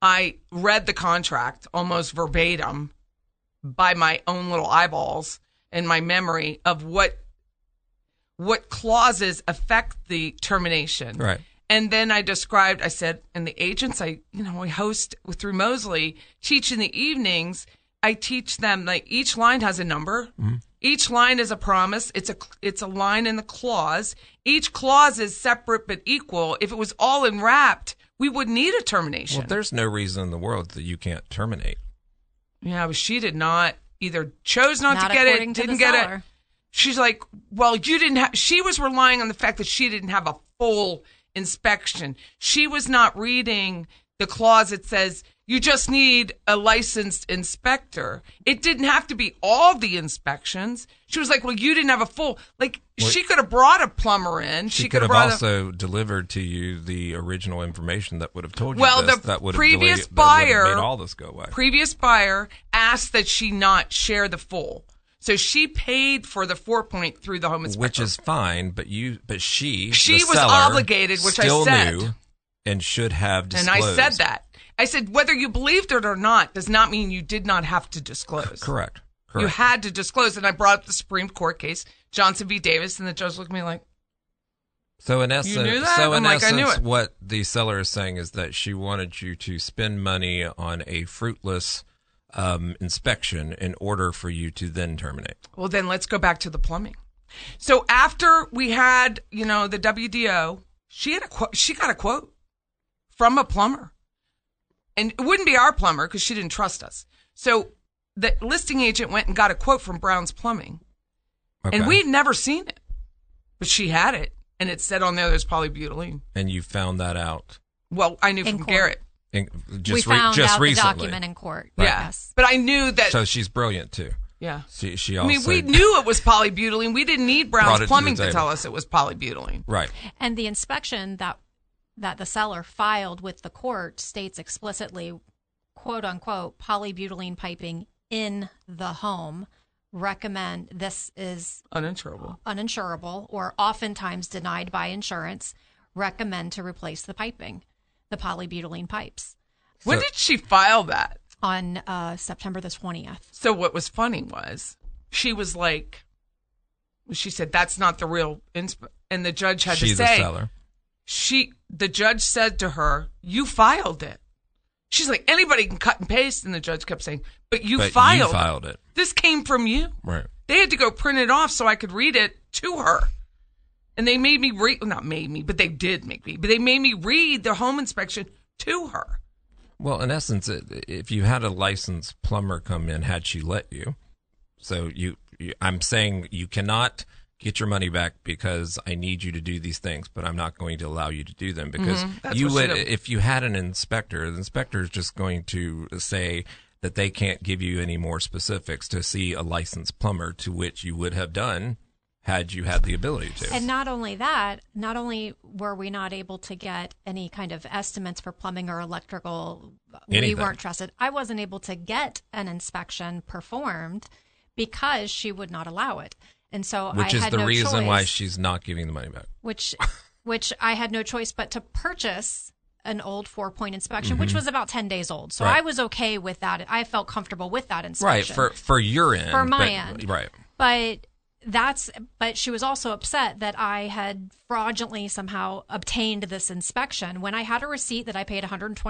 Speaker 6: I read the contract almost verbatim by my own little eyeballs and my memory of what what clauses affect the termination.
Speaker 7: Right.
Speaker 6: And then I described, I said, and the agents I, you know, I host with, through Mosley, teach in the evenings. I teach them like each line has a number. Each line is a promise. It's a it's a line in the clause. Each clause is separate but equal. If it was all enwrapped, we would need a termination.
Speaker 7: Well, there's no reason in the world that you can't terminate.
Speaker 6: yeah, but she did not either chose not,
Speaker 1: Not
Speaker 6: to get it,
Speaker 1: according to
Speaker 6: didn't
Speaker 1: the
Speaker 6: get it.
Speaker 1: seller.
Speaker 6: She's like, well, you didn't have. She was relying on the fact that she didn't have a full inspection. She was not reading the clause that says you just need a licensed inspector. It didn't have to be all the inspections. She was like, well, you didn't have a full. Like
Speaker 7: Well,
Speaker 6: she could have brought a plumber in.
Speaker 7: She,
Speaker 6: She,
Speaker 7: could have
Speaker 6: brought a-
Speaker 7: also delivered to you the original information that would have told you
Speaker 6: Well,
Speaker 7: this,
Speaker 6: the
Speaker 7: that would have
Speaker 6: previous
Speaker 7: delayed- that would have
Speaker 6: buyer-
Speaker 7: made all this go away.
Speaker 6: previous buyer asked that she not share the full. So she paid for the four point through the home
Speaker 7: which
Speaker 6: inspector.
Speaker 7: is fine. But you, but she,
Speaker 6: She
Speaker 7: the
Speaker 6: was
Speaker 7: seller,
Speaker 6: obligated, which I
Speaker 7: still
Speaker 6: said.
Speaker 7: knew and should have
Speaker 6: and
Speaker 7: disclosed.
Speaker 6: I said that. I said whether you believed it or not does not mean you did not have to disclose.
Speaker 7: Correct. Correct.
Speaker 6: You had to disclose, and I brought up the Supreme Court case, Johnson v. Davis, and the judge looked at me like,
Speaker 7: so in essence,
Speaker 6: knew that?
Speaker 7: so in
Speaker 6: I'm like, I
Speaker 7: essence,
Speaker 6: knew it.
Speaker 7: what the seller is saying is that she wanted you to spend money on a fruitless um, inspection in order for you to then terminate.
Speaker 6: "Well, then let's go back to the plumbing." So after we had, you know, the WDO, she had a quote. She got a quote from a plumber, and it wouldn't be our plumber because she didn't trust us. So the listing agent went and got a quote from Brown's Plumbing.
Speaker 7: Okay.
Speaker 6: And we'd never seen it, but she had it, and it said on there there's polybutylene.
Speaker 7: and you found that out.
Speaker 6: Well, I knew
Speaker 1: In
Speaker 6: from
Speaker 1: court.
Speaker 6: Garrett.
Speaker 7: In, just
Speaker 1: we
Speaker 7: re-
Speaker 1: found
Speaker 7: just
Speaker 1: out
Speaker 7: recently.
Speaker 1: the document in court.
Speaker 6: Yeah,
Speaker 1: Yes.
Speaker 6: but I knew that.
Speaker 7: So she's brilliant too.
Speaker 6: Yeah.
Speaker 7: She, she
Speaker 6: I
Speaker 7: also
Speaker 6: mean, we knew it was polybutylene. We didn't need
Speaker 7: Brought it to
Speaker 6: Brown's
Speaker 7: the
Speaker 6: Plumbing to
Speaker 7: table.
Speaker 6: tell us it was polybutylene.
Speaker 7: Right.
Speaker 1: And the inspection that that the seller filed with the court states explicitly, quote unquote, polybutylene piping in the home. Recommend this is
Speaker 6: Uninsurable.
Speaker 1: uninsurable or oftentimes denied by insurance. Recommend to replace the piping, the polybutylene pipes,
Speaker 6: When
Speaker 1: So-
Speaker 6: did she file that?
Speaker 1: on uh, September the twentieth.
Speaker 6: So what was funny was she was like, she said that's not the real, insp-, and the judge had
Speaker 7: she
Speaker 6: to
Speaker 7: the
Speaker 6: say
Speaker 7: seller.
Speaker 6: she. The judge said to her, "You filed it." She's like, anybody can cut and paste, and the judge kept saying, "But you
Speaker 7: But you
Speaker 6: filed.
Speaker 7: filed it.
Speaker 6: This came from you."
Speaker 7: Right.
Speaker 6: They had to go print it off so I could read it to her. And they made me read, not made me, but they did make me, but they made me read the home inspection to her.
Speaker 7: Well, in essence, it, if you had a licensed plumber come in, had she let you? So you, you, I'm saying you cannot get your money back because I need you to do these things, but I'm not going to allow you to do them because
Speaker 11: Mhm. That's
Speaker 7: you
Speaker 11: what she
Speaker 7: would,
Speaker 11: did.
Speaker 7: if you had an inspector, the inspector is just going to say that they can't give you any more specifics to see a licensed plumber, to which you would have done had you had the ability to.
Speaker 1: And not only that, not only were we not able to get any kind of estimates for plumbing or electrical,
Speaker 7: Anything.
Speaker 1: we weren't trusted. I wasn't able to get an inspection performed because she would not allow it. And so
Speaker 7: which
Speaker 1: I
Speaker 7: is
Speaker 1: had
Speaker 7: the
Speaker 1: no
Speaker 7: reason why
Speaker 1: choice,
Speaker 7: she's not giving the money back.
Speaker 1: which which I had no choice but to purchase an old four-point inspection, which
Speaker 7: Mhm.
Speaker 1: was about 10 days old. So
Speaker 7: Right.
Speaker 1: I was okay with that. I felt comfortable with that
Speaker 7: Right.
Speaker 1: inspection.
Speaker 7: For, for your end.
Speaker 1: For my
Speaker 7: but-
Speaker 1: end.
Speaker 7: Right.
Speaker 1: but that's but she was also upset that I had fraudulently somehow obtained this inspection when I had a receipt that I paid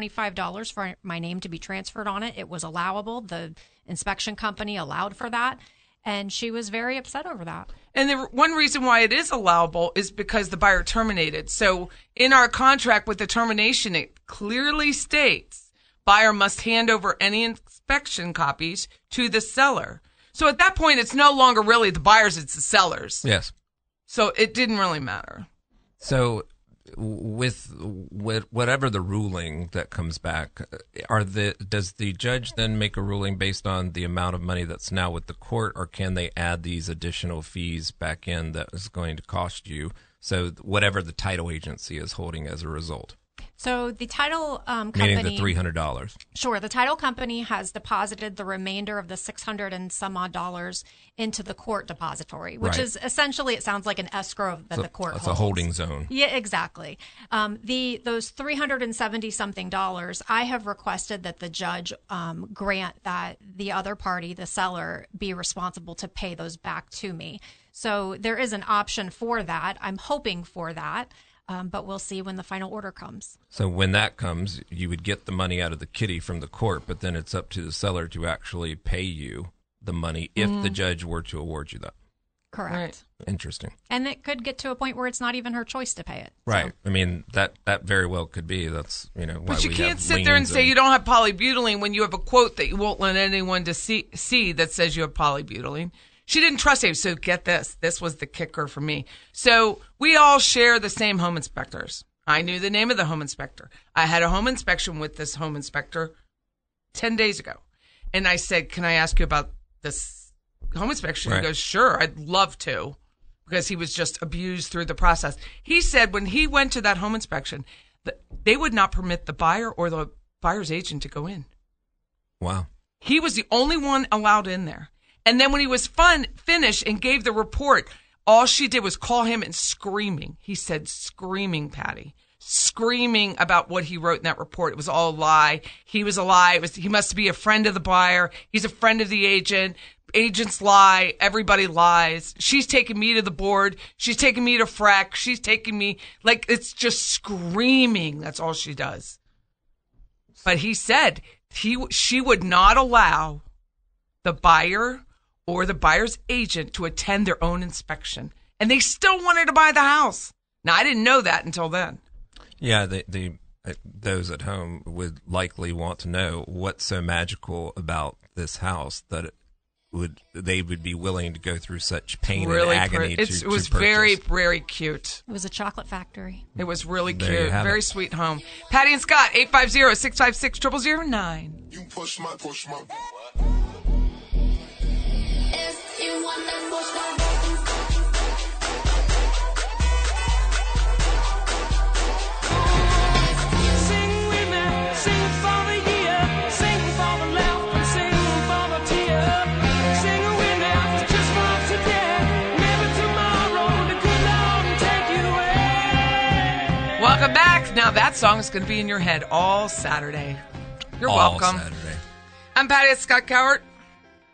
Speaker 1: $125 for my name to be transferred on it. It was allowable. The inspection company allowed for that, and she was very upset over that.
Speaker 6: And the one reason why it is allowable is because the buyer terminated. So in our contract with the termination, it clearly states buyer must hand over any inspection copies to the seller. So at that point, it's no longer really the buyers, it's the sellers.
Speaker 7: Yes.
Speaker 6: So it didn't really matter.
Speaker 7: So, w- with, with whatever the ruling that comes back, are the does the judge then make a ruling based on the amount of money that's now with the court, or can they add these additional fees back in that is going to cost you? So, whatever the title agency is holding as a result,
Speaker 1: So the title um, company
Speaker 7: meaning the three hundred dollars.
Speaker 1: Sure. The title company has deposited the remainder of the 600 and some odd dollars into the court depository, which
Speaker 7: Right.
Speaker 1: is essentially, it sounds like an escrow that
Speaker 7: So
Speaker 1: the court
Speaker 7: it's a
Speaker 1: holds.
Speaker 7: holding zone.
Speaker 1: Yeah, exactly. Um, the Those 370 something dollars, I have requested that the judge um, grant that the other party, the seller, be responsible to pay those back to me. So there is an option for that. I'm hoping for that, um, but we'll see when the final order comes.
Speaker 7: So when that comes, you would get the money out of the kitty from the court, but then it's up to the seller to actually pay you the money if the
Speaker 1: Mm.
Speaker 7: judge were to award you that.
Speaker 1: Correct.
Speaker 7: Interesting.
Speaker 1: And it could get to a point where it's not even her choice to pay it.
Speaker 7: Right. I mean that that very well could be. That's you know why
Speaker 6: But you
Speaker 7: we
Speaker 6: can't
Speaker 7: have
Speaker 6: sit there and
Speaker 7: liens
Speaker 6: say you don't have polybutylene when you have a quote that you won't let anyone to see, see that says you have polybutylene. She didn't trust him. So get this. This was the kicker for me. So we all share the same home inspectors. I knew the name of the home inspector. I had a home inspection with this home inspector 10 days ago. And I said, Can I ask you about this home inspection?
Speaker 11: Right.
Speaker 6: He goes, Sure, I'd love to, because he was just abused through the process. He said when he went to that home inspection, that they would not permit the buyer or the buyer's agent to go in.
Speaker 7: Wow.
Speaker 6: He was the only one allowed in there. And then when he was fun, finished and gave the report, all she did was call him and screaming. He said, screaming, Patty, screaming about what he wrote in that report. It was all a lie. He was a lie. It was, he must be a friend of the buyer. He's a friend of the agent. Agents lie. Everybody lies. She's taking me to the board. She's taking me to frack. She's taking me like it's just screaming. That's all she does. But he said he she would not allow the buyer or the buyer's agent to attend their own inspection, and they still wanted to buy the house. Now I didn't know that until then.
Speaker 7: Yeah, the the uh, those at home would likely want to know what's so magical about this house that it would they would be willing to go through such pain and
Speaker 6: pre-
Speaker 7: agony
Speaker 6: it's-
Speaker 7: to,
Speaker 6: it was
Speaker 7: to purchase.
Speaker 6: very very cute.
Speaker 1: It was a chocolate factory.
Speaker 6: It was really
Speaker 7: There you
Speaker 6: cute.
Speaker 7: have
Speaker 6: Very
Speaker 7: it.
Speaker 6: sweet home. Patty and Scott 850-656-0009.
Speaker 12: You push my push my.
Speaker 2: Sing with me, sing for the year, sing for the laugh, and sing for the tear. Sing with me, just for today. Maybe tomorrow the good Lord will take you away.
Speaker 6: Welcome back. Now that song is going to be in your head all Saturday. You're
Speaker 7: All
Speaker 6: welcome.
Speaker 7: Saturday.
Speaker 6: I'm Patty and Scott Cowart.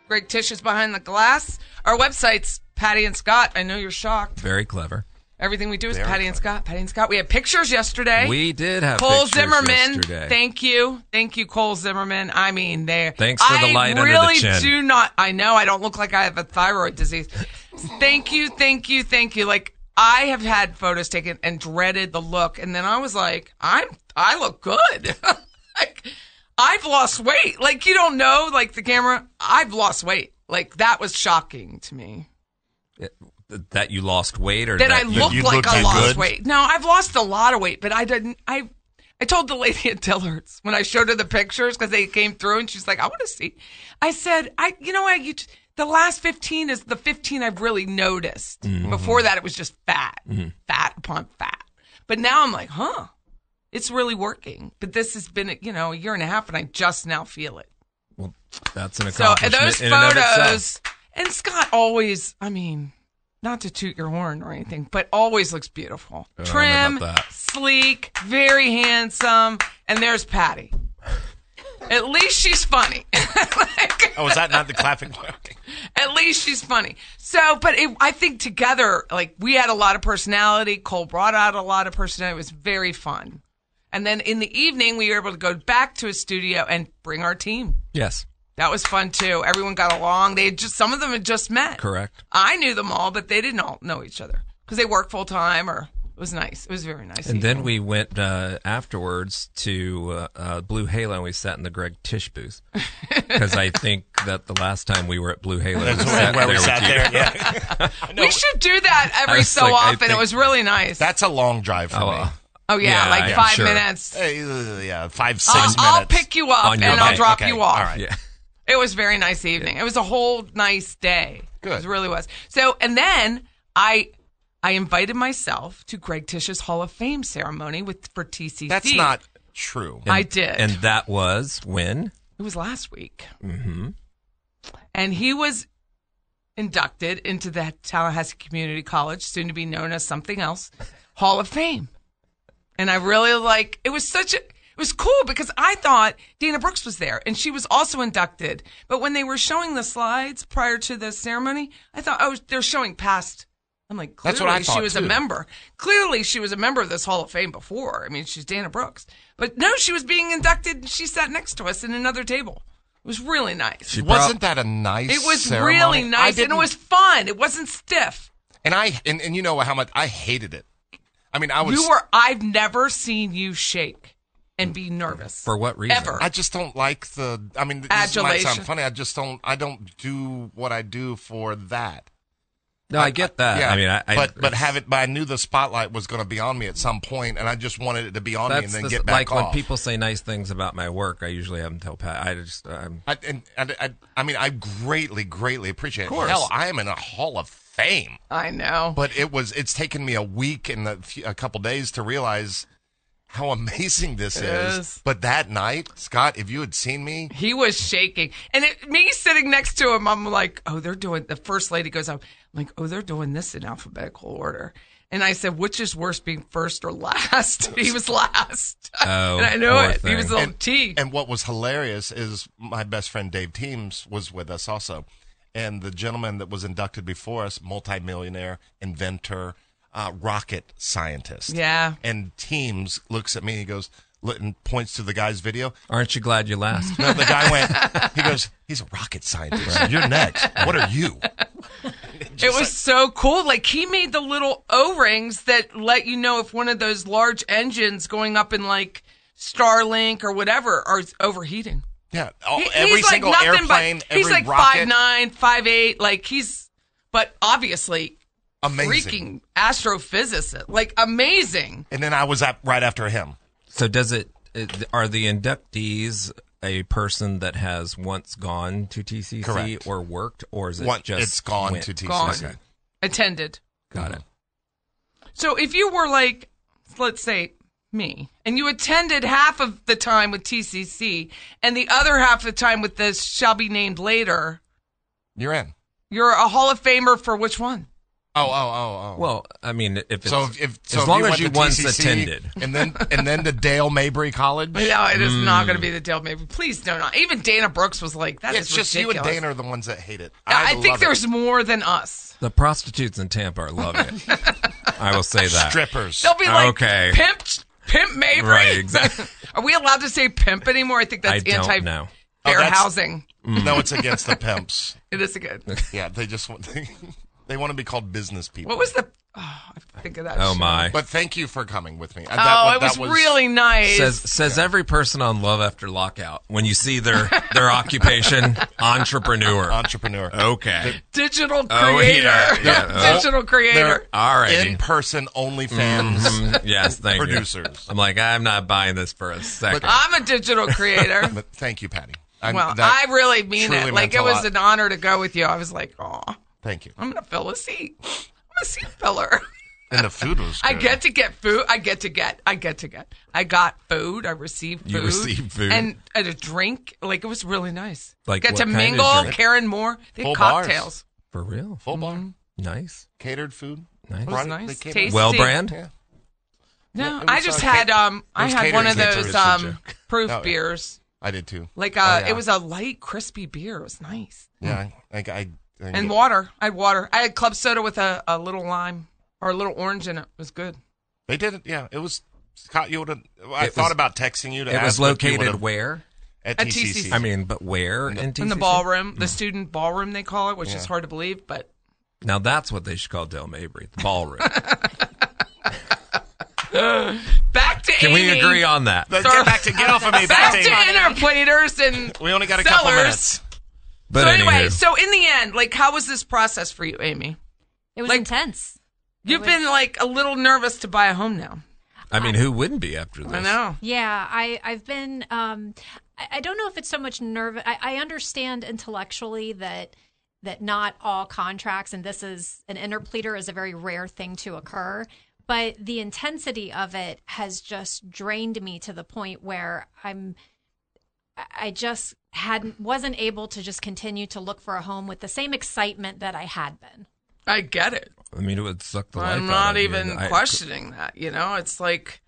Speaker 6: Greg Tish is behind the glass. Our website's Patty and Scott. I know you're shocked.
Speaker 7: Very clever.
Speaker 6: Everything we do is
Speaker 7: Very
Speaker 6: Patty and Scott. Patty and Scott. We had pictures yesterday.
Speaker 7: We did have
Speaker 6: Cole
Speaker 7: pictures
Speaker 6: Zimmerman.
Speaker 7: yesterday.
Speaker 6: Thank you, thank you, Cole Zimmerman. I mean, there.
Speaker 7: Thanks for the
Speaker 6: I
Speaker 7: light under the
Speaker 6: really
Speaker 7: chin.
Speaker 6: do not. I know I don't look like I have a thyroid disease. thank you, thank you, thank you. Like I have had photos taken and dreaded the look, and then I was like, I'm. I look good. like I've lost weight. Like you don't know. Like the camera, I've lost weight. Like that was shocking to me
Speaker 7: That you lost weight or
Speaker 6: that I
Speaker 7: that you-
Speaker 6: look
Speaker 7: you
Speaker 6: like
Speaker 7: looked
Speaker 6: I
Speaker 7: you
Speaker 6: lost
Speaker 7: good?
Speaker 6: weight. No, I've lost a lot of weight, but I didn't. I I told the lady at Dillard's when I showed her the pictures because they came through, and she's like, "I want to see." I said, "I, you know, what? you." t- The last fifteen is the fifteen I've really noticed.
Speaker 7: Mhm.
Speaker 6: Before that, it was just fat,
Speaker 7: Mhm.
Speaker 6: fat upon fat. But now I'm like, huh, it's really working. But this has been, you know, a year and a half, and I just now feel it.
Speaker 7: Well, that's an
Speaker 6: So and
Speaker 7: accomplishment
Speaker 6: those
Speaker 7: in and of itself.
Speaker 6: photos, and Scott always, I mean, not to toot your horn or anything, but always looks beautiful.
Speaker 7: Oh, I don't know
Speaker 6: Trim,
Speaker 7: about that.
Speaker 6: sleek, very handsome. And there's Patty. At least she's funny.
Speaker 10: Oh, is that not the clapping? Okay.
Speaker 6: At least she's funny. So, but it, I think together, like, we had a lot of personality. Cole brought out a lot of personality. It was very fun. And then in the evening, we were able to go back to his studio and bring our team.
Speaker 7: Yes,
Speaker 6: That was fun too. Everyone got along. They had just some of them had just met.
Speaker 7: correct.
Speaker 6: I knew them all, but they didn't all know each other because they work full time. Or it was nice. It was very nice.
Speaker 7: And then we went uh, afterwards to uh, uh, Blue Halo and we sat in the Greg Tish booth because I think that the last time we were at Blue Halo,
Speaker 10: That's
Speaker 7: we
Speaker 10: where-
Speaker 7: sat
Speaker 10: where we
Speaker 7: there with
Speaker 10: sat
Speaker 7: you.
Speaker 10: there, yeah.
Speaker 6: we should do that every
Speaker 7: was
Speaker 6: so
Speaker 7: like, I
Speaker 6: often. It
Speaker 7: think-
Speaker 6: was really nice.
Speaker 10: That's a long drive for me.
Speaker 6: oh yeah,
Speaker 7: yeah,
Speaker 6: like
Speaker 7: yeah,
Speaker 6: five
Speaker 7: sure.
Speaker 6: minutes.
Speaker 10: Hey, uh, yeah, five, six
Speaker 6: I'll,
Speaker 10: minutes.
Speaker 6: I'll pick you up
Speaker 10: On
Speaker 6: and
Speaker 10: your-
Speaker 6: I'll
Speaker 10: okay,
Speaker 6: drop
Speaker 10: okay,
Speaker 6: you off.
Speaker 10: all right.
Speaker 7: Yeah.
Speaker 6: It was a very nice evening. It was a whole nice day.
Speaker 10: Good.
Speaker 6: It really was. So, and then I I invited myself to Greg Tish's Hall of Fame ceremony with for TCC.
Speaker 10: That's not true.
Speaker 6: I did.
Speaker 7: And that was when?
Speaker 6: It was last week.
Speaker 10: Mm-hmm.
Speaker 7: hmm
Speaker 6: And he was inducted into the Tallahassee Community College, soon to be known as something else, Hall of Fame. And I really like it was such a it was cool because I thought Dana Brooks was there and she was also inducted. But when they were showing the slides prior to the ceremony, I thought, oh, they're showing past. I'm like, clearly
Speaker 10: That's what I
Speaker 6: she
Speaker 10: thought,
Speaker 6: was a
Speaker 10: too.
Speaker 6: member. Clearly she was a member of this Hall of Fame before. I mean, she's Dana Brooks. But no, she was being inducted and she sat next to us in another table. It was really nice.
Speaker 10: Wasn't that a nice?
Speaker 6: It was
Speaker 10: ceremony?
Speaker 6: really
Speaker 10: I
Speaker 6: nice and it
Speaker 10: didn't-
Speaker 6: was fun. It wasn't stiff.
Speaker 10: And I and, and you know how much I hated it. I mean, I was.
Speaker 6: You were I've never seen you shake and be nervous.
Speaker 7: For what reason?
Speaker 6: Ever.
Speaker 10: I just don't like the. I mean, this might
Speaker 6: Adulation.
Speaker 10: sound funny. I just don't. I don't do what I do for that.
Speaker 7: No, I get that.
Speaker 10: Yeah,
Speaker 7: I mean, I, I-
Speaker 10: but but have it. But I knew the spotlight was going to be on me at some point, and I just wanted it to be on me and
Speaker 7: That's
Speaker 10: then
Speaker 7: the-
Speaker 10: get
Speaker 7: like
Speaker 10: back
Speaker 7: when
Speaker 10: off.
Speaker 7: people say nice things about my work. I usually have them tell Pat. I just I'm,
Speaker 10: I, and, and, I, I mean, I greatly, greatly appreciate it.
Speaker 7: course.
Speaker 10: Hell, I am in a Hall of Fame.
Speaker 6: I know.
Speaker 10: But it was. It's taken me a week and a, few, a couple days to realize how amazing this is.
Speaker 6: Yes.
Speaker 10: But that night, Scott, if you had seen me,
Speaker 6: He was shaking. And it, me sitting next to him, I'm like, oh, they're doing, the first lady goes up, I'm like, oh, they're doing this in alphabetical order. And I said, which is worse, being first or last? he was last.
Speaker 7: Oh,
Speaker 6: and I knew
Speaker 7: poor
Speaker 6: it. He
Speaker 7: thing.
Speaker 6: was a little T.
Speaker 10: And what was hilarious is my best friend Dave Teams was with us also, and the gentleman that was inducted before us, multimillionaire, inventor, uh, rocket scientist.
Speaker 6: Yeah.
Speaker 10: And Teams looks at me and he goes look- and points to the guy's video.
Speaker 7: aren't you glad you last?
Speaker 10: No, the guy went. He goes, he's a rocket scientist. You're next. What are you?
Speaker 6: It was so cool. Like he made the little O rings that let you know if one of those large engines going up in like Starlink or whatever are overheating.
Speaker 10: Yeah. All,
Speaker 6: He-
Speaker 10: Oh, every
Speaker 6: he's
Speaker 10: single
Speaker 6: like nothing
Speaker 10: airplane,
Speaker 6: but,
Speaker 10: every
Speaker 6: he's like
Speaker 10: rocket.
Speaker 6: five nine, five eight. Like he's, but obviously
Speaker 10: amazing.
Speaker 6: freaking astrophysicist. Like amazing.
Speaker 10: And then I was at, right after him.
Speaker 7: so does it? it- Are the inductees a person that has once gone to TCC
Speaker 10: Correct.
Speaker 7: or worked, or is it
Speaker 10: Once-
Speaker 7: just
Speaker 10: it's gone
Speaker 7: went?
Speaker 10: to TCC.
Speaker 6: Gone. attended.
Speaker 7: Got it.
Speaker 10: Mm-hmm.
Speaker 6: So if you were like, let's say me, and you attended half of the time with TCC and the other half of the time with this shall be named later,
Speaker 10: You're in.
Speaker 6: you're a Hall of Famer for which one?
Speaker 10: Oh, oh, oh, oh.
Speaker 7: Well, I mean, if it's,
Speaker 10: so if, if so
Speaker 7: as
Speaker 10: if
Speaker 7: long
Speaker 10: you
Speaker 7: as
Speaker 10: went
Speaker 7: you
Speaker 10: to
Speaker 7: once
Speaker 10: TCC
Speaker 7: attended,
Speaker 10: and then and then to Dale Mabry College.
Speaker 6: No, it is not going to be the Dale Maybe. Please do not. Even Dana Brooks was like, "That is
Speaker 10: it's just you
Speaker 6: ridiculous."
Speaker 10: and Dana are the ones that hate it.
Speaker 6: I,
Speaker 10: love
Speaker 6: think
Speaker 10: it.
Speaker 6: there's more than us.
Speaker 7: the prostitutes in Tampa are loving it. I will say that
Speaker 10: strippers.
Speaker 6: They'll be like,
Speaker 7: okay,
Speaker 6: "Pimp, pimp Mabry."
Speaker 7: right, exactly.
Speaker 6: Are we allowed to say pimp anymore? I think
Speaker 7: I
Speaker 6: that's
Speaker 7: don't
Speaker 6: anti
Speaker 7: know.
Speaker 10: Oh,
Speaker 6: fair
Speaker 10: that's-
Speaker 6: housing.
Speaker 7: Mm.
Speaker 10: No, it's against the pimps.
Speaker 6: It is good.
Speaker 10: Yeah, they just want they, they want to be called business people.
Speaker 6: What was the? Oh, I have to think of that.
Speaker 7: Oh
Speaker 6: show.
Speaker 7: my!
Speaker 10: But thank you for coming with me. Uh,
Speaker 6: Oh,
Speaker 10: that-
Speaker 6: it
Speaker 10: that
Speaker 6: was, really nice.
Speaker 7: Says says every person on Love After Lockout when you see their their occupation entrepreneur.
Speaker 10: entrepreneur.
Speaker 7: Okay.
Speaker 6: digital creator.
Speaker 7: Oh, yeah, yeah. Oh,
Speaker 6: digital creator.
Speaker 10: They're
Speaker 7: All right.
Speaker 10: in person only fans.
Speaker 7: Mm, yes, thank you.
Speaker 10: Producers.
Speaker 7: I'm like, I'm not buying this for a second.
Speaker 6: I'm a digital creator.
Speaker 10: But thank you, Patty. I'm,
Speaker 6: well,
Speaker 10: that-
Speaker 6: I really mean
Speaker 10: truly
Speaker 6: it. Like
Speaker 10: meant
Speaker 6: it
Speaker 10: a
Speaker 6: was
Speaker 10: lot.
Speaker 6: an honor to go with you. I was like, oh,
Speaker 10: Thank you.
Speaker 6: I'm gonna fill a seat. I'm a seat filler.
Speaker 10: And the food was.
Speaker 6: I
Speaker 10: good.
Speaker 6: get to get food. I get to get. I get to get. I got food. I received food.
Speaker 7: You received food.
Speaker 6: and, and a drink. Like it was really nice.
Speaker 7: Like
Speaker 6: got
Speaker 7: what
Speaker 6: to
Speaker 7: kind of
Speaker 6: mingle.
Speaker 7: drink?
Speaker 6: Karen Moore. They had
Speaker 10: Full bars.
Speaker 6: cocktails.
Speaker 7: for real.
Speaker 10: full bar,
Speaker 7: Nice.
Speaker 10: catered food.
Speaker 7: Nice.
Speaker 10: Brought it-
Speaker 6: nice.
Speaker 10: they catered-
Speaker 6: Tasty.
Speaker 7: Well brand.
Speaker 10: Yeah.
Speaker 6: No,
Speaker 10: it
Speaker 6: I
Speaker 10: was,
Speaker 6: just
Speaker 10: uh,
Speaker 6: had
Speaker 10: ca-
Speaker 6: um. I
Speaker 10: was
Speaker 6: had one of
Speaker 10: catering.
Speaker 6: those
Speaker 7: It's a
Speaker 6: um
Speaker 7: joke.
Speaker 6: proof
Speaker 10: Oh, yeah.
Speaker 6: beers.
Speaker 10: I did too.
Speaker 6: Like uh,
Speaker 10: Oh, yeah.
Speaker 6: it was a light, crispy beer. It was nice.
Speaker 10: Yeah, I, I, I, I
Speaker 6: And water. I had water. I had club soda with a, a little lime or a little orange in it. It was good.
Speaker 10: They did it. Yeah, it was. Scott, you would have. I
Speaker 7: It
Speaker 10: thought
Speaker 7: was-
Speaker 10: about texting you to.
Speaker 7: It
Speaker 10: ask
Speaker 7: was
Speaker 10: if you would've-
Speaker 7: located where?
Speaker 10: at
Speaker 6: At
Speaker 10: TCC.
Speaker 6: TCC.
Speaker 7: I mean, but where in, TCC?
Speaker 6: In the ballroom, the student ballroom they call it, which is
Speaker 10: Mm. Yeah.
Speaker 6: hard to believe, but
Speaker 7: Now that's what they should call Del Mabry, the ballroom.
Speaker 6: back to
Speaker 7: Can we
Speaker 6: Amy.
Speaker 7: agree on that?
Speaker 10: Let's
Speaker 6: Sorry.
Speaker 10: get back to get off of me.
Speaker 6: back to
Speaker 10: Betsy.
Speaker 6: interplaters and
Speaker 10: We only got a
Speaker 6: sellers.
Speaker 10: couple minutes.
Speaker 7: But
Speaker 6: so anyway,
Speaker 7: anywho.
Speaker 6: so in the end, like, how was this process for you, Amy?
Speaker 1: It was
Speaker 6: Like-
Speaker 1: intense.
Speaker 6: You've been like a little nervous to buy a home now.
Speaker 7: I mean, who wouldn't be after this?
Speaker 6: I know.
Speaker 1: Yeah, I, I've been. Um, I, I don't know if it's so much nerve. I, I understand intellectually that that not all contracts, and this is an interpleader, is a very rare thing to occur. But the intensity of it has just drained me to the point where I'm. I- I just hadn't wasn't able to just continue to look for a home with the same excitement that I had been.
Speaker 6: I get it.
Speaker 7: I mean, it would suck the life
Speaker 6: I'm
Speaker 7: out
Speaker 6: not
Speaker 7: of you.
Speaker 6: even
Speaker 7: I-
Speaker 6: questioning that. You know, it's like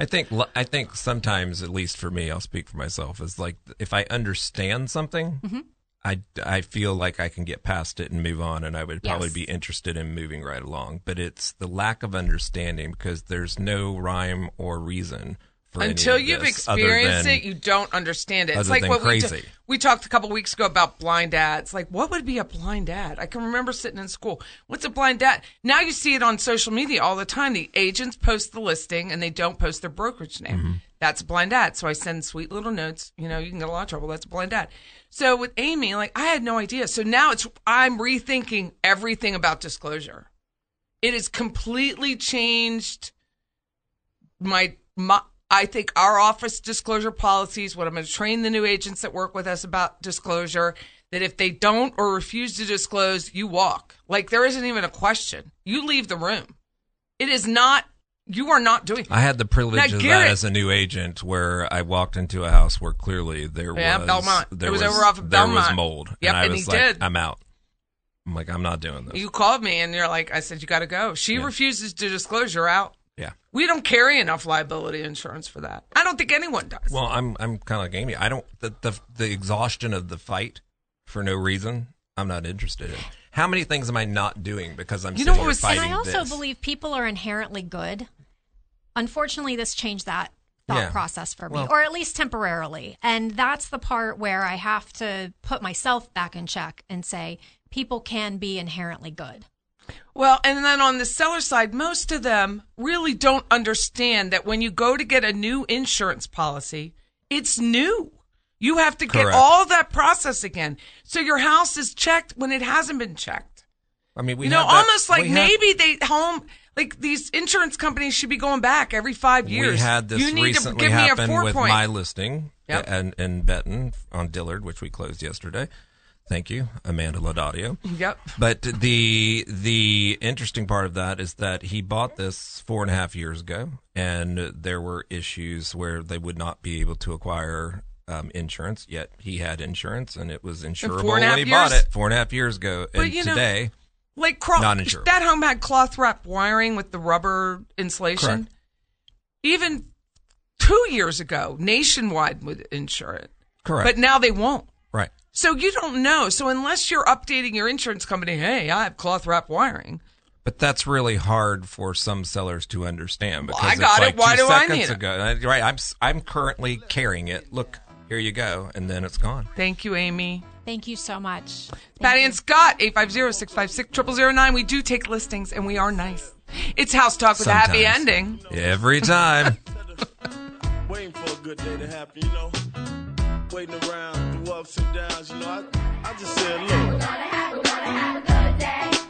Speaker 7: I think lo- I think sometimes, at least for me, I'll speak for myself. Is like if I understand something,
Speaker 6: Mm-hmm.
Speaker 7: I I feel like I can get past it and move on, and I would probably
Speaker 1: Yes.
Speaker 7: be interested in moving right along. But it's the lack of understanding because there's no rhyme or reason for any
Speaker 6: until
Speaker 7: of
Speaker 6: you've
Speaker 7: this other
Speaker 6: experienced
Speaker 7: than-
Speaker 6: it, you don't understand it. It's
Speaker 7: other
Speaker 6: like
Speaker 7: than
Speaker 6: what we
Speaker 7: crazy.
Speaker 6: ta- we talked a couple weeks ago about blind ads. Like, what would be a blind ad? I can remember sitting in school. What's a blind ad? Now you see it on social media all the time. The agents post the listing and they don't post their brokerage name.
Speaker 7: Mm-hmm.
Speaker 6: That's a blind ad. So I send sweet little notes. You know, you can get a lot of trouble. That's a blind ad. So with Amy, like I had no idea. So now it's I'm rethinking everything about disclosure. It has completely changed my, my I think our office disclosure policies, what I'm going to train the new agents that work with us about disclosure, that if they don't or refuse to disclose, you walk. Like there isn't even a question. You leave the room. It is not, you are not doing
Speaker 7: I had the privilege
Speaker 6: Now,
Speaker 7: of
Speaker 6: Garrett-
Speaker 7: that as a new agent, where I walked into a house where clearly there
Speaker 6: Yeah,
Speaker 7: was
Speaker 6: Belmont.
Speaker 7: There
Speaker 6: It was over off of
Speaker 7: there
Speaker 6: Belmont.
Speaker 7: was mold.
Speaker 6: Yep,
Speaker 7: and I
Speaker 6: and
Speaker 7: was
Speaker 6: he
Speaker 7: like,
Speaker 6: did.
Speaker 7: I'm out. I'm like, I'm not doing this.
Speaker 6: You called me and you're like, I said, you got to go. She
Speaker 7: Yeah.
Speaker 6: refuses to disclose, you're out.
Speaker 7: yeah.
Speaker 6: We don't carry enough liability insurance for that. I don't think anyone does.
Speaker 7: Well, I'm I'm kind of like Amy. I don't the, the the exhaustion of the fight for no reason. I'm not interested in. How many things am I not doing because I'm
Speaker 6: You know
Speaker 7: sitting
Speaker 6: what
Speaker 7: here
Speaker 6: was-
Speaker 7: fighting
Speaker 1: And I also
Speaker 7: this?
Speaker 1: believe people are inherently good. Unfortunately, this changed that thought
Speaker 7: Yeah.
Speaker 1: process for me,
Speaker 7: Well-
Speaker 1: or at least temporarily. And that's the part where I have to put myself back in check and say, people can be inherently good.
Speaker 6: Well, and then on the seller side, most of them really don't understand that when you go to get a new insurance policy, it's new. You have to get
Speaker 7: Correct.
Speaker 6: all that process again. So your house is checked when it hasn't been checked.
Speaker 7: I mean, we
Speaker 6: you know,
Speaker 7: had that-
Speaker 6: almost like
Speaker 7: we had-
Speaker 6: maybe they home Like these insurance companies should be going back every five years.
Speaker 7: We had this
Speaker 6: you need
Speaker 7: recently
Speaker 6: to give
Speaker 7: happen
Speaker 6: me a four
Speaker 7: with
Speaker 6: point.
Speaker 7: my listing uh,
Speaker 6: Yep.
Speaker 7: and and Benton on Dillard, which we closed yesterday. Thank you, Amanda Laudatio.
Speaker 6: Yep.
Speaker 7: But the the interesting part of that is that he bought this four and a half years ago, and there were issues where they would not be able to acquire um, insurance. Yet he had insurance, and it was insurable
Speaker 6: four and a half
Speaker 7: when he bought
Speaker 6: years?
Speaker 7: it four and a half years ago.
Speaker 6: But
Speaker 7: and
Speaker 6: you know,
Speaker 7: today,
Speaker 6: like cloth,
Speaker 7: Non-insurable.
Speaker 6: that home had cloth wrap wiring with the rubber insulation.
Speaker 7: Correct.
Speaker 6: Even two years ago, Nationwide would insure it.
Speaker 7: Correct.
Speaker 6: But now they won't.
Speaker 7: right?
Speaker 6: So you don't know. So unless you're updating your insurance company, hey, I have cloth wrap wiring.
Speaker 7: But that's really hard for some sellers to understand because
Speaker 6: I got
Speaker 7: it's
Speaker 6: it.
Speaker 7: like
Speaker 6: Why
Speaker 7: two
Speaker 6: do I
Speaker 7: seconds
Speaker 6: need it?
Speaker 7: ago. I- Right, I'm s- I'm currently carrying it. Look, here you go, and then it's gone.
Speaker 6: Thank you, Amy.
Speaker 1: Thank you so much.
Speaker 6: Patty and Scott, 850-656-0009. We do take listings and we are nice. It's House Talk with a happy
Speaker 7: Sometimes.
Speaker 6: ending.
Speaker 7: Every time.
Speaker 11: waiting for a good day to happen, you know. Waiting around through ups and downs, you know. I, I just said, look. We're gonna have, we're gonna have a good day.